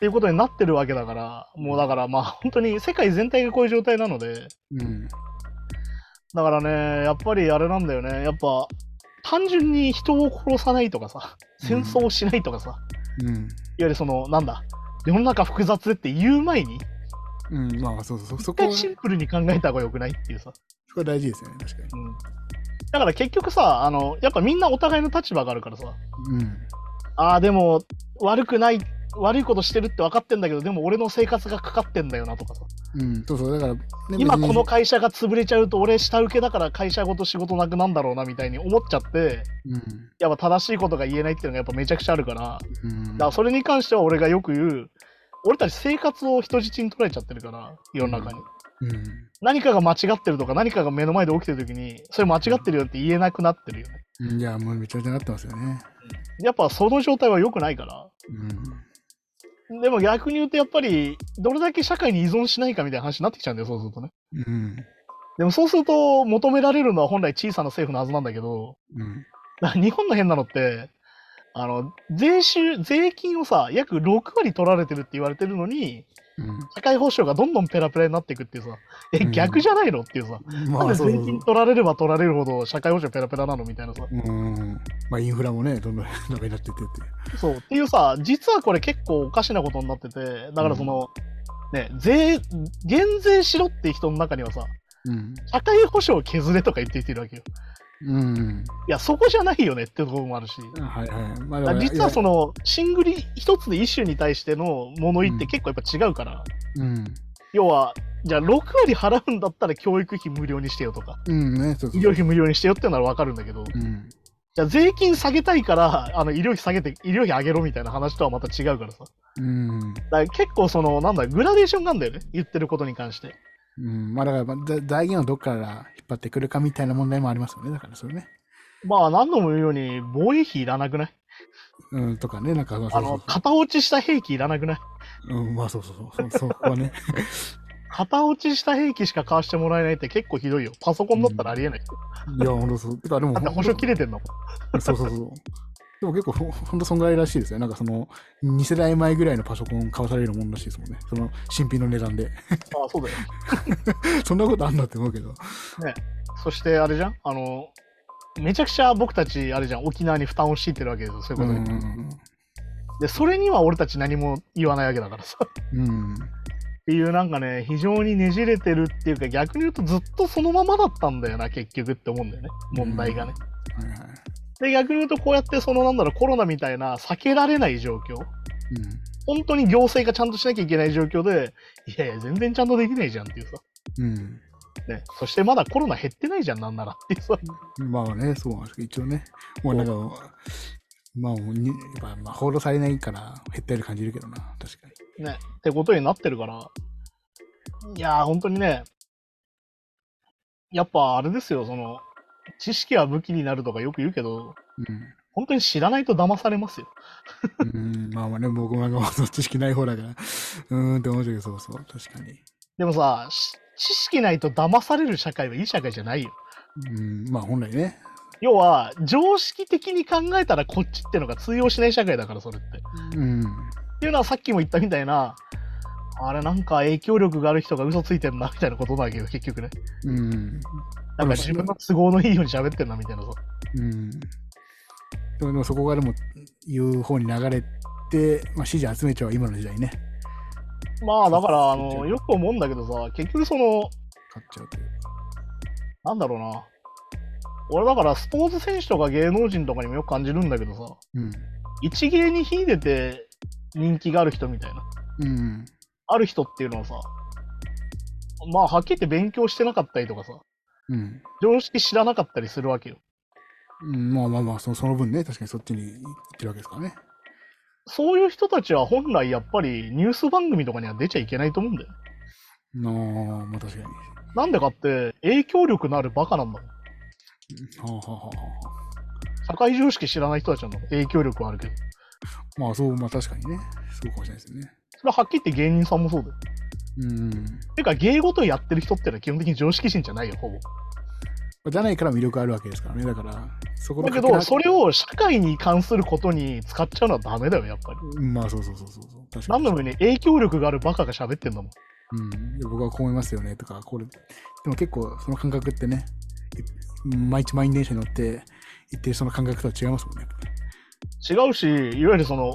[SPEAKER 2] ていうことになってるわけだから、もうだからまあ本当に世界全体がこういう状態なので、
[SPEAKER 3] うん。
[SPEAKER 2] だからね、やっぱりあれなんだよね、やっぱ単純に人を殺さないとかさ、戦争をしないとかさ、いわ
[SPEAKER 3] うん。
[SPEAKER 2] ゆるその、なんだ、世の中複雑でって言う前に、
[SPEAKER 3] うん、まあそうそうそう、そ
[SPEAKER 2] 一
[SPEAKER 3] こ
[SPEAKER 2] 回
[SPEAKER 3] は、
[SPEAKER 2] シ
[SPEAKER 3] そ
[SPEAKER 2] ンプルに考えた方が良くないっていうさ。
[SPEAKER 3] こは大事ですよね、確か
[SPEAKER 2] うんだから結局さあの、やっぱみんなお互いの立場があるからさ、
[SPEAKER 3] に。
[SPEAKER 2] ああでも悪くない悪いことしてるって分かってんだけどでも俺の生活がかかってんだよなとかさ
[SPEAKER 3] うん。うん、そうそう、だから、ね、
[SPEAKER 2] 今
[SPEAKER 3] 別
[SPEAKER 2] こ
[SPEAKER 3] に
[SPEAKER 2] の、会社が潰れちゃうと俺下請けだから会社ごと仕事なくなんだろうなみたいに思っちゃって
[SPEAKER 3] うん。
[SPEAKER 2] やっぱ正しいことが言えないっていうのがやっぱめちゃくちゃあるからだか
[SPEAKER 3] うん、
[SPEAKER 2] らそれに関しては俺がよく言う俺たち生活を人質に捉えちゃってるから世の中に、
[SPEAKER 3] うん。
[SPEAKER 2] 何かが間違ってるとか何かが目の前で起きてる時にそれ間違ってるよって言えなくなってるよね
[SPEAKER 3] うんいや、もうめちゃめちゃなってますよね。
[SPEAKER 2] やっぱその状態は良くないから
[SPEAKER 3] うん。
[SPEAKER 2] でも逆に言うとやっぱりどれだけ社会に依存しないかみたいな話になってきちゃうんだよそうするとね
[SPEAKER 3] うん。
[SPEAKER 2] でもそうすると求められるのは本来小さな政府のはずなんだけど
[SPEAKER 3] うん。
[SPEAKER 2] だから日本の変なのってあの税収税金をさ約6割取られてるって言われてるのに
[SPEAKER 3] うん
[SPEAKER 2] 社会保障がどんどんペラペラになっていくっていうさえ
[SPEAKER 3] うん
[SPEAKER 2] 逆じゃないのっていうさ、な
[SPEAKER 3] まあ
[SPEAKER 2] んで
[SPEAKER 3] そう
[SPEAKER 2] 税
[SPEAKER 3] そうそう
[SPEAKER 2] 金。取られれば取られるほど社会保障ペラペラなのみたいなさ
[SPEAKER 3] うん。まあインフラもね、どんど んなんかになってってって。
[SPEAKER 2] そうっていうさ実はこれ結構おかしなことになっててだからその、ね税減税しろって人の中にはさ
[SPEAKER 3] うん。
[SPEAKER 2] 社会保障を削れとか言ってきてるわけよ
[SPEAKER 3] うん。
[SPEAKER 2] いやそこじゃないよねってところもあるし
[SPEAKER 3] あはいはい。まあ
[SPEAKER 2] だから実はそ
[SPEAKER 3] の、
[SPEAKER 2] のシングル一つで一種に対しての物言いって結構やっぱ違うから、
[SPEAKER 3] うん。
[SPEAKER 2] 要はじゃあ6割払うんだったら教育費無料にしてよとか
[SPEAKER 3] うんね、そうそ
[SPEAKER 2] 医
[SPEAKER 3] う
[SPEAKER 2] 療
[SPEAKER 3] そう。
[SPEAKER 2] 費無料にしてよってのは分かるんだけど
[SPEAKER 3] うん。
[SPEAKER 2] じゃあ税金下げたいからあの医療費下げて医療費上げろみたいな話とはまた違うからさ
[SPEAKER 3] うん。
[SPEAKER 2] だから結構そのなんだグラデーションがあるんだよね言ってることに関して
[SPEAKER 3] うん、まあだからまあ、だ財源をどっから引っ張ってくるかみたいな問題もありますよね。だからそれね。
[SPEAKER 2] まあ何度も言うように防衛費いらなくない
[SPEAKER 3] うん、とかね、なんか、まあ、そ
[SPEAKER 2] あ
[SPEAKER 3] うそ
[SPEAKER 2] の
[SPEAKER 3] う
[SPEAKER 2] 片落ちした兵器いらなくない
[SPEAKER 3] そう。うん、まあそうそうそう。そう、そこはね。
[SPEAKER 2] 片落ちした兵器しか買わしてもらえないって結構ひどいよパソコンだったらありえない、
[SPEAKER 3] いや、ほんとそう。てか、でも、
[SPEAKER 2] だって保証切れてんだもん
[SPEAKER 3] そうそうそう。でも結構ほ、ほんとそんぐらいらしいですよ。なんかその、2世代前ぐらいのパソコン買わされるもんらしいですもんね。その、新品の値段で。
[SPEAKER 2] ああそうだよ
[SPEAKER 3] そんなことあんだって思うけど。
[SPEAKER 2] そしてあれじゃんあのめちゃくちゃ僕たちあれじゃん沖縄に負担を強いてるわけですよそういう
[SPEAKER 3] う
[SPEAKER 2] こ
[SPEAKER 3] ん
[SPEAKER 2] と
[SPEAKER 3] う
[SPEAKER 2] に、
[SPEAKER 3] ん
[SPEAKER 2] でそれには俺たち何も言わないわけだからさっ
[SPEAKER 3] うん。うん。
[SPEAKER 2] ていうなんかね非常にねじれてるっていうか逆に言うとずっとそのままだったんだよな結局って思うんだよね問題がね、
[SPEAKER 3] はいはい。
[SPEAKER 2] で逆に言うとこうやってそのなんだろうコロナみたいな避けられない状況本当に行政がちゃんとしなきゃいけない状況でいやいや全然ちゃんとできないじゃんっていうさ
[SPEAKER 3] うん。
[SPEAKER 2] ね、そしてまだコロナ減ってないじゃん、なんならっていうさ。
[SPEAKER 3] うん。まあね、そうなんですけど、一応ね。もうなんか、まあもうに、やっぱ、まあ、報道されないから減ったように感じるけどな。確かに。
[SPEAKER 2] ね、ってことになってるから、いやー、本当にね、やっぱあれですよ、その、知識は武器になるとかよく言うけど、本当に知らないと騙されますよ。
[SPEAKER 3] うん。うん、 まあまあね、僕なんかもその知識ない方だから、うーんって思っちゃうけど、そうそう、確かに。
[SPEAKER 2] でもさ、し知識ないと騙される社会はいい社会じゃないよ。
[SPEAKER 3] うん、まあ本来ね。
[SPEAKER 2] 要は、常識的に考えたらこっちってのが通用しない社会だから、それって。
[SPEAKER 3] うん。
[SPEAKER 2] っていうのはさっきも言ったみたいな、あれなんか影響力がある人が嘘ついてんなみたいなことだけど、結局ね。
[SPEAKER 3] うん。
[SPEAKER 2] なんか自分の都合のいいように喋ってんなみたいなさ。
[SPEAKER 3] うん。でもでもそこからも言う方に流れて、まあ、支持集めちゃう今の時代ね。
[SPEAKER 2] まあだから、あの、よく思うんだけどさ、結局その、
[SPEAKER 3] 買っちゃうという。
[SPEAKER 2] なんだろうな。俺だからスポーツ選手とか芸能人とかにもよく感じるんだけどさ、
[SPEAKER 3] うん。
[SPEAKER 2] 一芸に秀でて人気がある人みたいな。
[SPEAKER 3] うん。
[SPEAKER 2] ある人っていうのはさ、まあはっきり言って勉強してなかったりとかさ、
[SPEAKER 3] うん。
[SPEAKER 2] 常識知らなかったりするわけよ。
[SPEAKER 3] うん、まあまあまあその、その分ね、確かにそっちに行ってるわけですからね。
[SPEAKER 2] そういう人たちは本来やっぱりニュース番組とかには出ちゃいけないと思うんだよ。
[SPEAKER 3] なあ、まあ確かに。は
[SPEAKER 2] なんでかって影響力のあるバカなんだもん。
[SPEAKER 3] あはあはあは
[SPEAKER 2] 社会常識知らない人たちなんだもん。影響力はあるけど。
[SPEAKER 3] あ。まあそう、まあ確かにね。そうかもしれないですよね。
[SPEAKER 2] それははっきり言って芸人さんもそうだよ。
[SPEAKER 3] うん。
[SPEAKER 2] てか芸事をやってる人ってのは基本的に常識人じゃないよ、ほぼ。
[SPEAKER 3] じゃないから魅力あるわけですからね。だから、そこの
[SPEAKER 2] だけ
[SPEAKER 3] かけ
[SPEAKER 2] ど、
[SPEAKER 3] ら
[SPEAKER 2] それ。を社会に関することに使っちゃうのはダメだよ、やっぱり。
[SPEAKER 3] うんまあそうそうそうそうそう。確か
[SPEAKER 2] 何
[SPEAKER 3] に。
[SPEAKER 2] 度もね、影響力があるバカが喋ってんだもん。
[SPEAKER 3] うん、で僕はこう思いますよねとか、これ、でも結構その感覚ってね、い毎日満員電車に乗って行ってるその感覚とは違いますもんね。
[SPEAKER 2] 違うし、いわゆるその、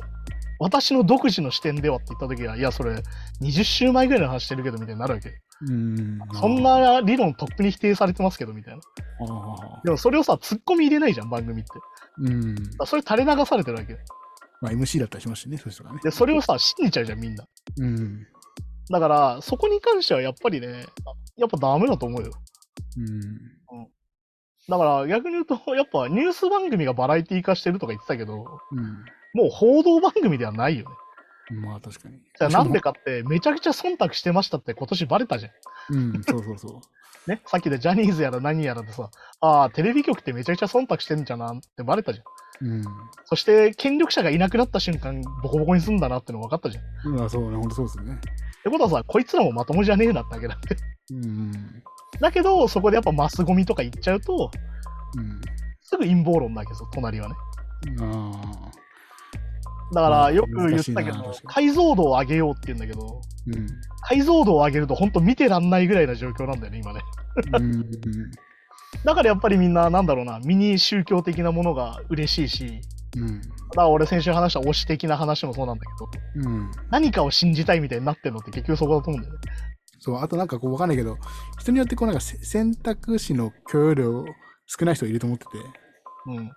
[SPEAKER 2] 私の独自の視点ではって言った時は、いや、それ、20週前ぐらいの話してるけど、みたいになるわけ。
[SPEAKER 3] うん。
[SPEAKER 2] そん
[SPEAKER 3] あ
[SPEAKER 2] な理論、とっくに否定されてますけど、みたいな。
[SPEAKER 3] あ。
[SPEAKER 2] でも、それをさ、突っ込み入れないじゃん、番組って。だか
[SPEAKER 3] うん。
[SPEAKER 2] らそれ垂れ流されてるわけよ。
[SPEAKER 3] まあ MC だったりしますしね、そういう人がね。
[SPEAKER 2] で、それをさ、信じちゃうじゃん、みんな。
[SPEAKER 3] うん。
[SPEAKER 2] だから、そこに関してはやっぱりね、あやっぱダメだと思うよ。
[SPEAKER 3] うん。
[SPEAKER 2] だから、逆に言うと、やっぱニュース番組がバラエティ化してるとか言ってたけど、
[SPEAKER 3] う
[SPEAKER 2] もう報道番組ではないよね。
[SPEAKER 3] ん。まあ確かに。
[SPEAKER 2] じゃあなんでかって、めちゃくちゃ忖度してましたって今年バレたじゃん。
[SPEAKER 3] うん、そうそうそ
[SPEAKER 2] ね、さっきでジャニーズやら何やらでさ、ああ、テレビ局ってめちゃくちゃ忖度してんじゃなってバレたじゃん。
[SPEAKER 3] う。うん。
[SPEAKER 2] そして、権力者がいなくなった瞬間、ボコボコにすんだなっての分かったじゃん。っ
[SPEAKER 3] まあそうね、ほんとそうですね。
[SPEAKER 2] てことはさ、こいつらもまともじゃねえなってわけだ。
[SPEAKER 3] うん。
[SPEAKER 2] だけど、そこでやっぱマスゴミとか言っちゃうと、すぐ陰謀論だけど、隣はね。
[SPEAKER 3] うん。ああ。
[SPEAKER 2] だか
[SPEAKER 3] ま
[SPEAKER 2] ら、
[SPEAKER 3] あ
[SPEAKER 2] よく言ったけ
[SPEAKER 3] 難しいな
[SPEAKER 2] ど
[SPEAKER 3] 確、か
[SPEAKER 2] 解像度を上げようって言うんだけど、
[SPEAKER 3] うん。
[SPEAKER 2] 解像度を上げると本当見てらんないぐらいな状況なんだよね、今ね。
[SPEAKER 3] うん。
[SPEAKER 2] だからやっぱりみんな、なんだろうな、ミニ宗教的なものが嬉しいし、
[SPEAKER 3] うん。
[SPEAKER 2] だから俺先週話した推し的な話もそうなんだけど、
[SPEAKER 3] うん。
[SPEAKER 2] 何かを信じたいみたいになってるのって結局そこだと思うんだよね。
[SPEAKER 3] そう、あとなんかこうわかんないけど、人によってこうなんかせ選択肢の許容量少ない人いると思ってて、
[SPEAKER 2] うん。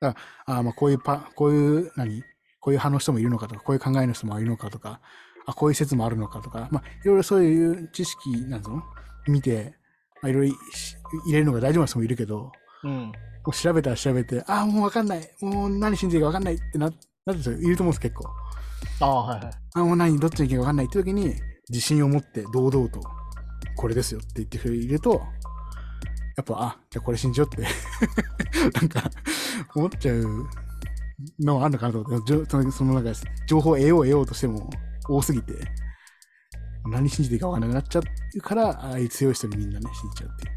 [SPEAKER 3] ああ、まあこういうパ、こういう、何こういう派の人もいるのかとか、こういう考えの人もいるのかとか、あ、こういう説もあるのかとか、まあいろいろそういう知識、なんつうの見て、まあいろいろし入れるのが大丈夫な人もいるけど、
[SPEAKER 2] うん。
[SPEAKER 3] もう調べたら調べて、ああ、もうわかんない。もう何信じていいかわかんないってな、なってる人いると思うんです、結構。
[SPEAKER 2] ああ、はいはい。
[SPEAKER 3] ああ、もう何、どっちの意見かわかんないって時に、自信を持って堂々と、これですよって言ってくれると、やっぱ、あ、じゃあこれ信じようって、 なんか、思っちゃうのはあるのかなと思って、じょその、そのなんか、情報を得よう得ようとしても、多すぎて、何信じていいかわかんなくなっちゃうから、ああいう強い人にみんなね、信じちゃうっていう。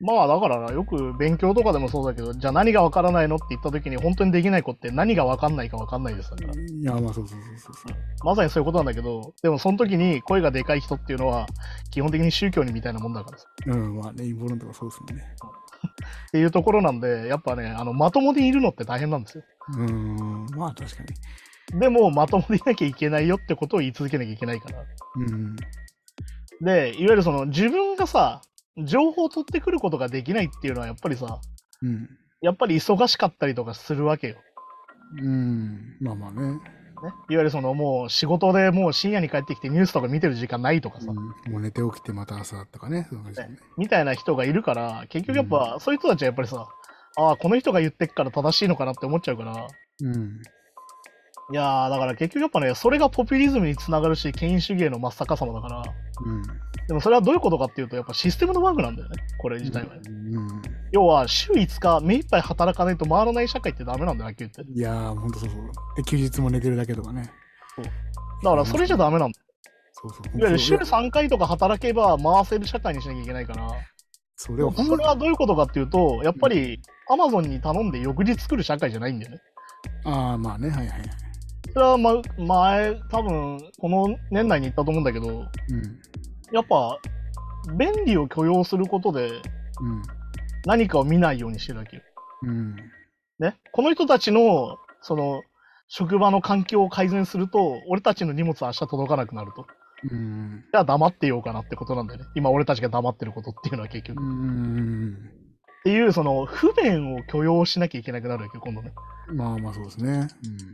[SPEAKER 2] まあだからなよく勉強とかでもそうだけど、じゃあ何が分からないのって言った時に本当にできない子って何が分かんないか分かんないですから。
[SPEAKER 3] いや、まあそうそうそうそう。
[SPEAKER 2] まさにそういうことなんだけど、でもその時に声がでかい人っていうのは基本的に宗教にみたいなもんだからさ。
[SPEAKER 3] うん、まあね、陰謀論とかそうですもんね。
[SPEAKER 2] っていうところなんで、やっぱね、あの、まともでいるのって大変なんですよ。
[SPEAKER 3] うん、まあ確かに。
[SPEAKER 2] でも、まともでいなきゃいけないよってことを言い続けなきゃいけないから。
[SPEAKER 3] うん、
[SPEAKER 2] で、いわゆるその自分がさ、情報を取ってくることができないっていうのはやっぱりさ、
[SPEAKER 3] うん、
[SPEAKER 2] やっぱり忙しかったりとかするわけよ。ね。
[SPEAKER 3] うん、まあまあね。
[SPEAKER 2] いわゆるそのもう仕事でもう深夜に帰ってきてニュースとか見てる時間ないとかさ、
[SPEAKER 3] うん、もう寝て起きてまた朝とかね、そんな感じですね。
[SPEAKER 2] みたいな人がいるから、結局やっぱそういう人たちはやっぱりさ、ああ、この人が言ってっから正しいのかなって思っちゃうから、
[SPEAKER 3] うん、
[SPEAKER 2] いやー、だから結局やっぱね、それがポピュリズムにつながるし、権威主義への真っ逆さまだから、
[SPEAKER 3] うん、
[SPEAKER 2] でもそれはどういうことかっていうと、やっぱシステムのバグなんだよね、これ自体は。
[SPEAKER 3] うん
[SPEAKER 2] 要は、週5日、目いっぱい働かないと回らない社会ってダメなんだよ、はっきり言って。
[SPEAKER 3] いやー、ほんとそうそう。で、休日も寝てるだけとかね。
[SPEAKER 2] だから、それじゃダメなんだよ。
[SPEAKER 3] そうそう。
[SPEAKER 2] いわゆる週
[SPEAKER 3] そう
[SPEAKER 2] 3回とか働けば回せる社会にしなきゃいけないから。
[SPEAKER 3] そう、でもほん
[SPEAKER 2] そ
[SPEAKER 3] と
[SPEAKER 2] れはどういうことかっていうと、やっぱり、アマゾンに頼んで翌日作る社会じゃないんだよね。
[SPEAKER 3] ああ、まあね、はいはいはい。
[SPEAKER 2] それは、ま、前、多分、この年内に言ったと思うんだけど、
[SPEAKER 3] うん。
[SPEAKER 2] やっぱ、便利を許容することで、
[SPEAKER 3] うん。
[SPEAKER 2] 何かを見ないようにしてるわけよ。
[SPEAKER 3] うん。
[SPEAKER 2] ね。この人たちの、その、職場の環境を改善すると、俺たちの荷物は明日届かなくなると。
[SPEAKER 3] うん。
[SPEAKER 2] じゃあ黙ってようかなってことなんだよね。今俺たちが黙ってることっていうのは結局。
[SPEAKER 3] う
[SPEAKER 2] っ
[SPEAKER 3] ん。
[SPEAKER 2] ていう、その、不便を許容しなきゃいけなくなるわけよ、今度ね。
[SPEAKER 3] まあまあそうですね。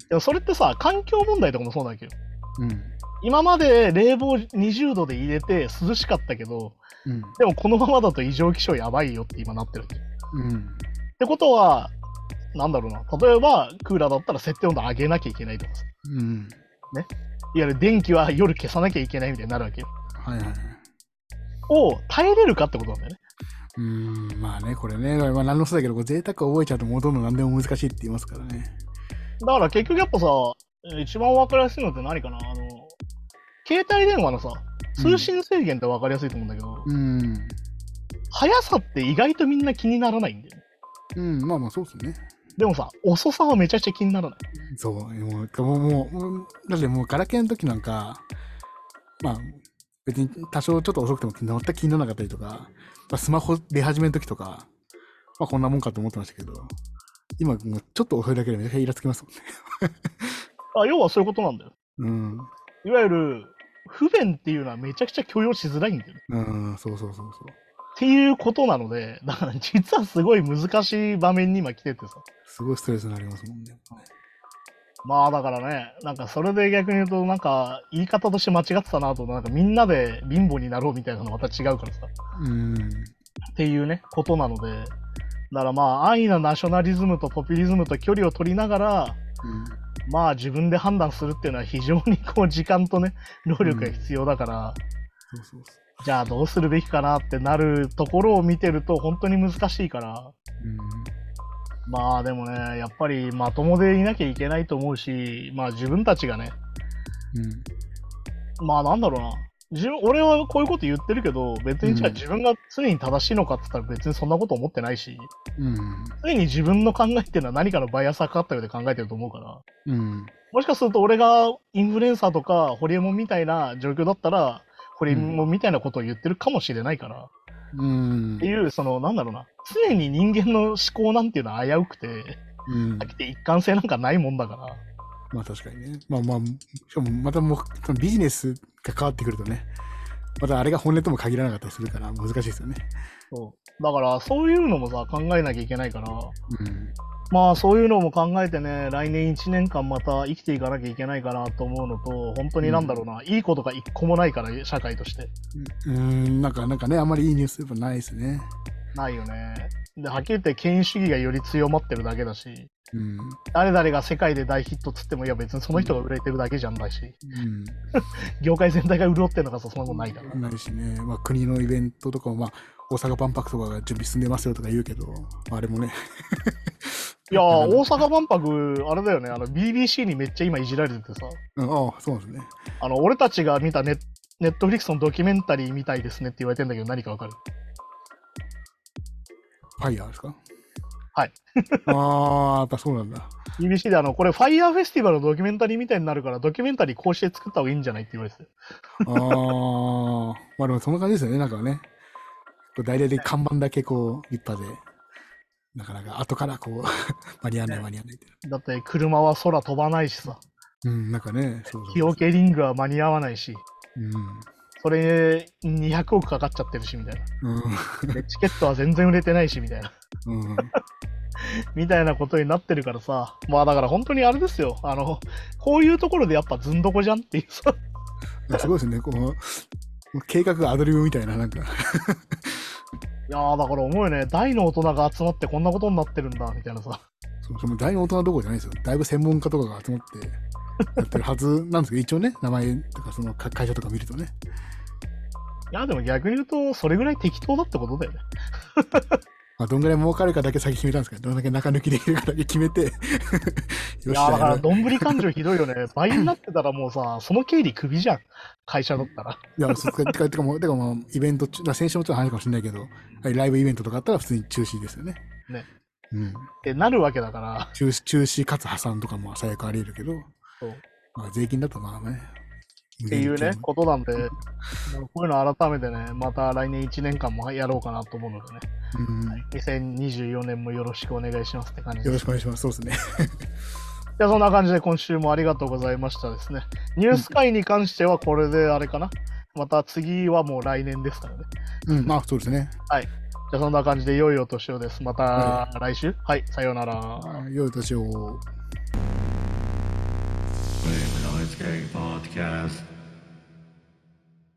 [SPEAKER 2] でもそれってさ、環境問題とかもそうなんだけど、
[SPEAKER 3] うん。
[SPEAKER 2] 今まで冷房20度で入れて涼しかったけど、
[SPEAKER 3] うん。
[SPEAKER 2] でもこのままだと異常気象やばいよって今なってるわけ。っ
[SPEAKER 3] うん。
[SPEAKER 2] てことは、なんだろうな、例えばクーラーだったら設定温度上げなきゃいけないとかさ、
[SPEAKER 3] うん。
[SPEAKER 2] いわゆる電気は夜消さなきゃいけないみたいになるわけよ。
[SPEAKER 3] はいはいはい。
[SPEAKER 2] を耐えれるかってことなんだよね。
[SPEAKER 3] うん。まあね、これね、まあ何のそうだけど、こう贅沢を覚えちゃうと戻るの何でも難しいって言いますからね。
[SPEAKER 2] だから結局やっぱさ、一番わかりやすいのって何かな、あの、携帯電話のさ、通信制限ってわかりやすいと思うんだけど、
[SPEAKER 3] うん。
[SPEAKER 2] 速さって意外とみんな気にならないんだよね。
[SPEAKER 3] うん、まあまあそうですね。
[SPEAKER 2] でもさ、遅さはめちゃくちゃ気にならない。
[SPEAKER 3] そう、もう、もう、もうもう、だってもう、ガラケーの時なんか、まあ、別に多少ちょっと遅くても全く気にならなかったりとか、まあスマホ出始めの時とか、まあこんなもんかと思ってましたけど、今、もうちょっと遅いだけでめちゃくちゃイラつきますもんね。
[SPEAKER 2] あ要はそういうことなんだよ。
[SPEAKER 3] うん。
[SPEAKER 2] いわゆる、不便っていうのはめちゃくちゃ許容しづらいんだよね。
[SPEAKER 3] うん、そうそうそうそう。
[SPEAKER 2] っていうことなので、だから実はすごい難しい場面に今来ててさ。
[SPEAKER 3] すごいストレスになりますもんね。
[SPEAKER 2] まあだからね、なんかそれで逆に言うと、なんか言い方として間違ってたなと、なんかみんなで貧乏になろうみたいなのまた違うからさ。
[SPEAKER 3] うん。
[SPEAKER 2] っていうね、ことなので。だからまあ安易なナショナリズムとポピュリズムと距離を取りながら、まあ自分で判断するっていうのは非常にこう時間とね、労力が必要だから、
[SPEAKER 3] そうそうそ
[SPEAKER 2] じゃあどうするべきかなってなるところを見てると本当に難しいから、
[SPEAKER 3] う。うん。
[SPEAKER 2] まあでもね、やっぱりまともでいなきゃいけないと思うし、まあ自分たちがね、
[SPEAKER 3] うん。
[SPEAKER 2] まあなんだろうな、自分俺はこういうこと言ってるけど、別にじゃあ
[SPEAKER 3] うん
[SPEAKER 2] 自分が常に正しいのかって言ったら別にそんなこと思ってないし、
[SPEAKER 3] うん。
[SPEAKER 2] 常に自分の考えっていうのは何かのバイアスがかかったようで考えてると思うから、
[SPEAKER 3] うん。
[SPEAKER 2] もしかすると俺がインフルエンサーとかホリエモンみたいな状況だったら、ホリエモンみたいなことを言ってるかもしれないから、
[SPEAKER 3] うん
[SPEAKER 2] って。いう、その、なんだろうな、常に人間の思考なんていうのは危うくて、
[SPEAKER 3] うん
[SPEAKER 2] 飽きて一貫性なんかないもんだから、
[SPEAKER 3] まあ確かにね。まあまあ、しかもまたもうそのビジネスが変わってくるとね、またあれが本音とも限らなかったりするから難しいですよね。
[SPEAKER 2] そうだから、そういうのもさ、考えなきゃいけないから、
[SPEAKER 3] うん。
[SPEAKER 2] まあ、そういうのも考えてね、来年1年間また生きていかなきゃいけないかなと思うのと、本当になんだろうな、いいことが一個もないから、社会として。
[SPEAKER 3] うーん、なんか、なんかね、あんまりいいニュースやっぱないですね。
[SPEAKER 2] ないよね。で、はっきり言って、権威主義がより強まってるだけだし、
[SPEAKER 3] うん。
[SPEAKER 2] 誰々が世界で大ヒットっつっても、いや、別にその人が売れてるだけじゃんだし、
[SPEAKER 3] うん。
[SPEAKER 2] 業界全体が潤ってるのがさ、そんなことないから。
[SPEAKER 3] ないしね、まあ国のイベントとかも、まあ、大阪万博とかが準備進んでますよとか言うけど、まあ、あれもね。
[SPEAKER 2] いやー、
[SPEAKER 3] なんか
[SPEAKER 2] 大阪万博、あれだよね、あの BBC にめっちゃ今いじられててさ、
[SPEAKER 3] うん、ああ、そうなんですね。
[SPEAKER 2] あの俺たちが見たネネットフリックスのドキュメンタリーみたいですねって言われてんだけど、何かわかる
[SPEAKER 3] ファイヤーですか
[SPEAKER 2] はい。
[SPEAKER 3] ああ、やっぱそうなんだ。
[SPEAKER 2] ?BBC であの、これ、ファイヤーフェスティバルのドキュメンタリーみたいになるから、ドキュメンタリーこうして作った方がいいんじゃないって言われてて。
[SPEAKER 3] ああ、まあでもそんな感じですよね、なんかね。こう大々で看板だけこう立派で、なかなか後からこう、間 に合わない間に合わないって。
[SPEAKER 2] だって、車は空飛ばないしさ、
[SPEAKER 3] うん、なんかね、そうそう
[SPEAKER 2] 日よけリングは間に合わないし、
[SPEAKER 3] う
[SPEAKER 2] それ200億かかっちゃってるし、みたいな。
[SPEAKER 3] ん。
[SPEAKER 2] でチケットは全然売れてないし、みたいな。
[SPEAKER 3] うん。うん。
[SPEAKER 2] みたいなことになってるからさ、まあだから本当にあれですよ、あの、こういうところでやっぱずんどこじゃんっていうさ。
[SPEAKER 3] すごいですね、こう、計画がアドリブみたいな、なんか。
[SPEAKER 2] いやーだから思うよね、大の大人が集まってこんなことになってるんだみたいなさ、
[SPEAKER 3] そうその大の大人どころじゃないですよ。だいぶ専門家とかが集まって やってるはずなんですけど、一応ね、名前とかそのか会社とか見るとね。
[SPEAKER 2] や、でも逆に言うと、それぐらい適当だってことだよね。
[SPEAKER 3] まあ、どんぐらい儲かるかだけ先決めたんですけど、どんだけ中抜きできるかだけ決めて、 よ
[SPEAKER 2] い
[SPEAKER 3] っし
[SPEAKER 2] や、
[SPEAKER 3] ゃ、
[SPEAKER 2] だか
[SPEAKER 3] や
[SPEAKER 2] ら、
[SPEAKER 3] る
[SPEAKER 2] どんぶり勘定ひどいよね。倍になってたらもう さ、その経理クビじゃん。会社だったら。
[SPEAKER 3] いや、そうか、てか、てかもう、てかもう、イベント中、だから先週もちょっと話したかもしれないけど、はいライブイベントとかあったら普通に中止ですよね。
[SPEAKER 2] ね。
[SPEAKER 3] うん。
[SPEAKER 2] ってなるわけだから、
[SPEAKER 3] 中止、中止かつ破産とかも最悪あり得るけど、
[SPEAKER 2] そう
[SPEAKER 3] まあ、税金だとまあね。っ
[SPEAKER 2] っていうね、ことなんで、もうこういうの改めてね、また来年1年間もやろうかなと思うのでね、
[SPEAKER 3] うん。
[SPEAKER 2] 2024年もよろしくお願いしますって感じ
[SPEAKER 3] よ
[SPEAKER 2] で
[SPEAKER 3] ろ
[SPEAKER 2] す。
[SPEAKER 3] しくお願いします。そうですね。
[SPEAKER 2] いや、そんな感じで今週もありがとうございましたですね。ニュース会に関してはこれであれかな。また次はもう来年ですからね。
[SPEAKER 3] うん、まあ、そうですね。
[SPEAKER 2] じゃあそんな感じで良いお年をです。また来週。はい、さようなら。
[SPEAKER 3] あ良い年を。
[SPEAKER 1] Blame the Noise Gang Podcast.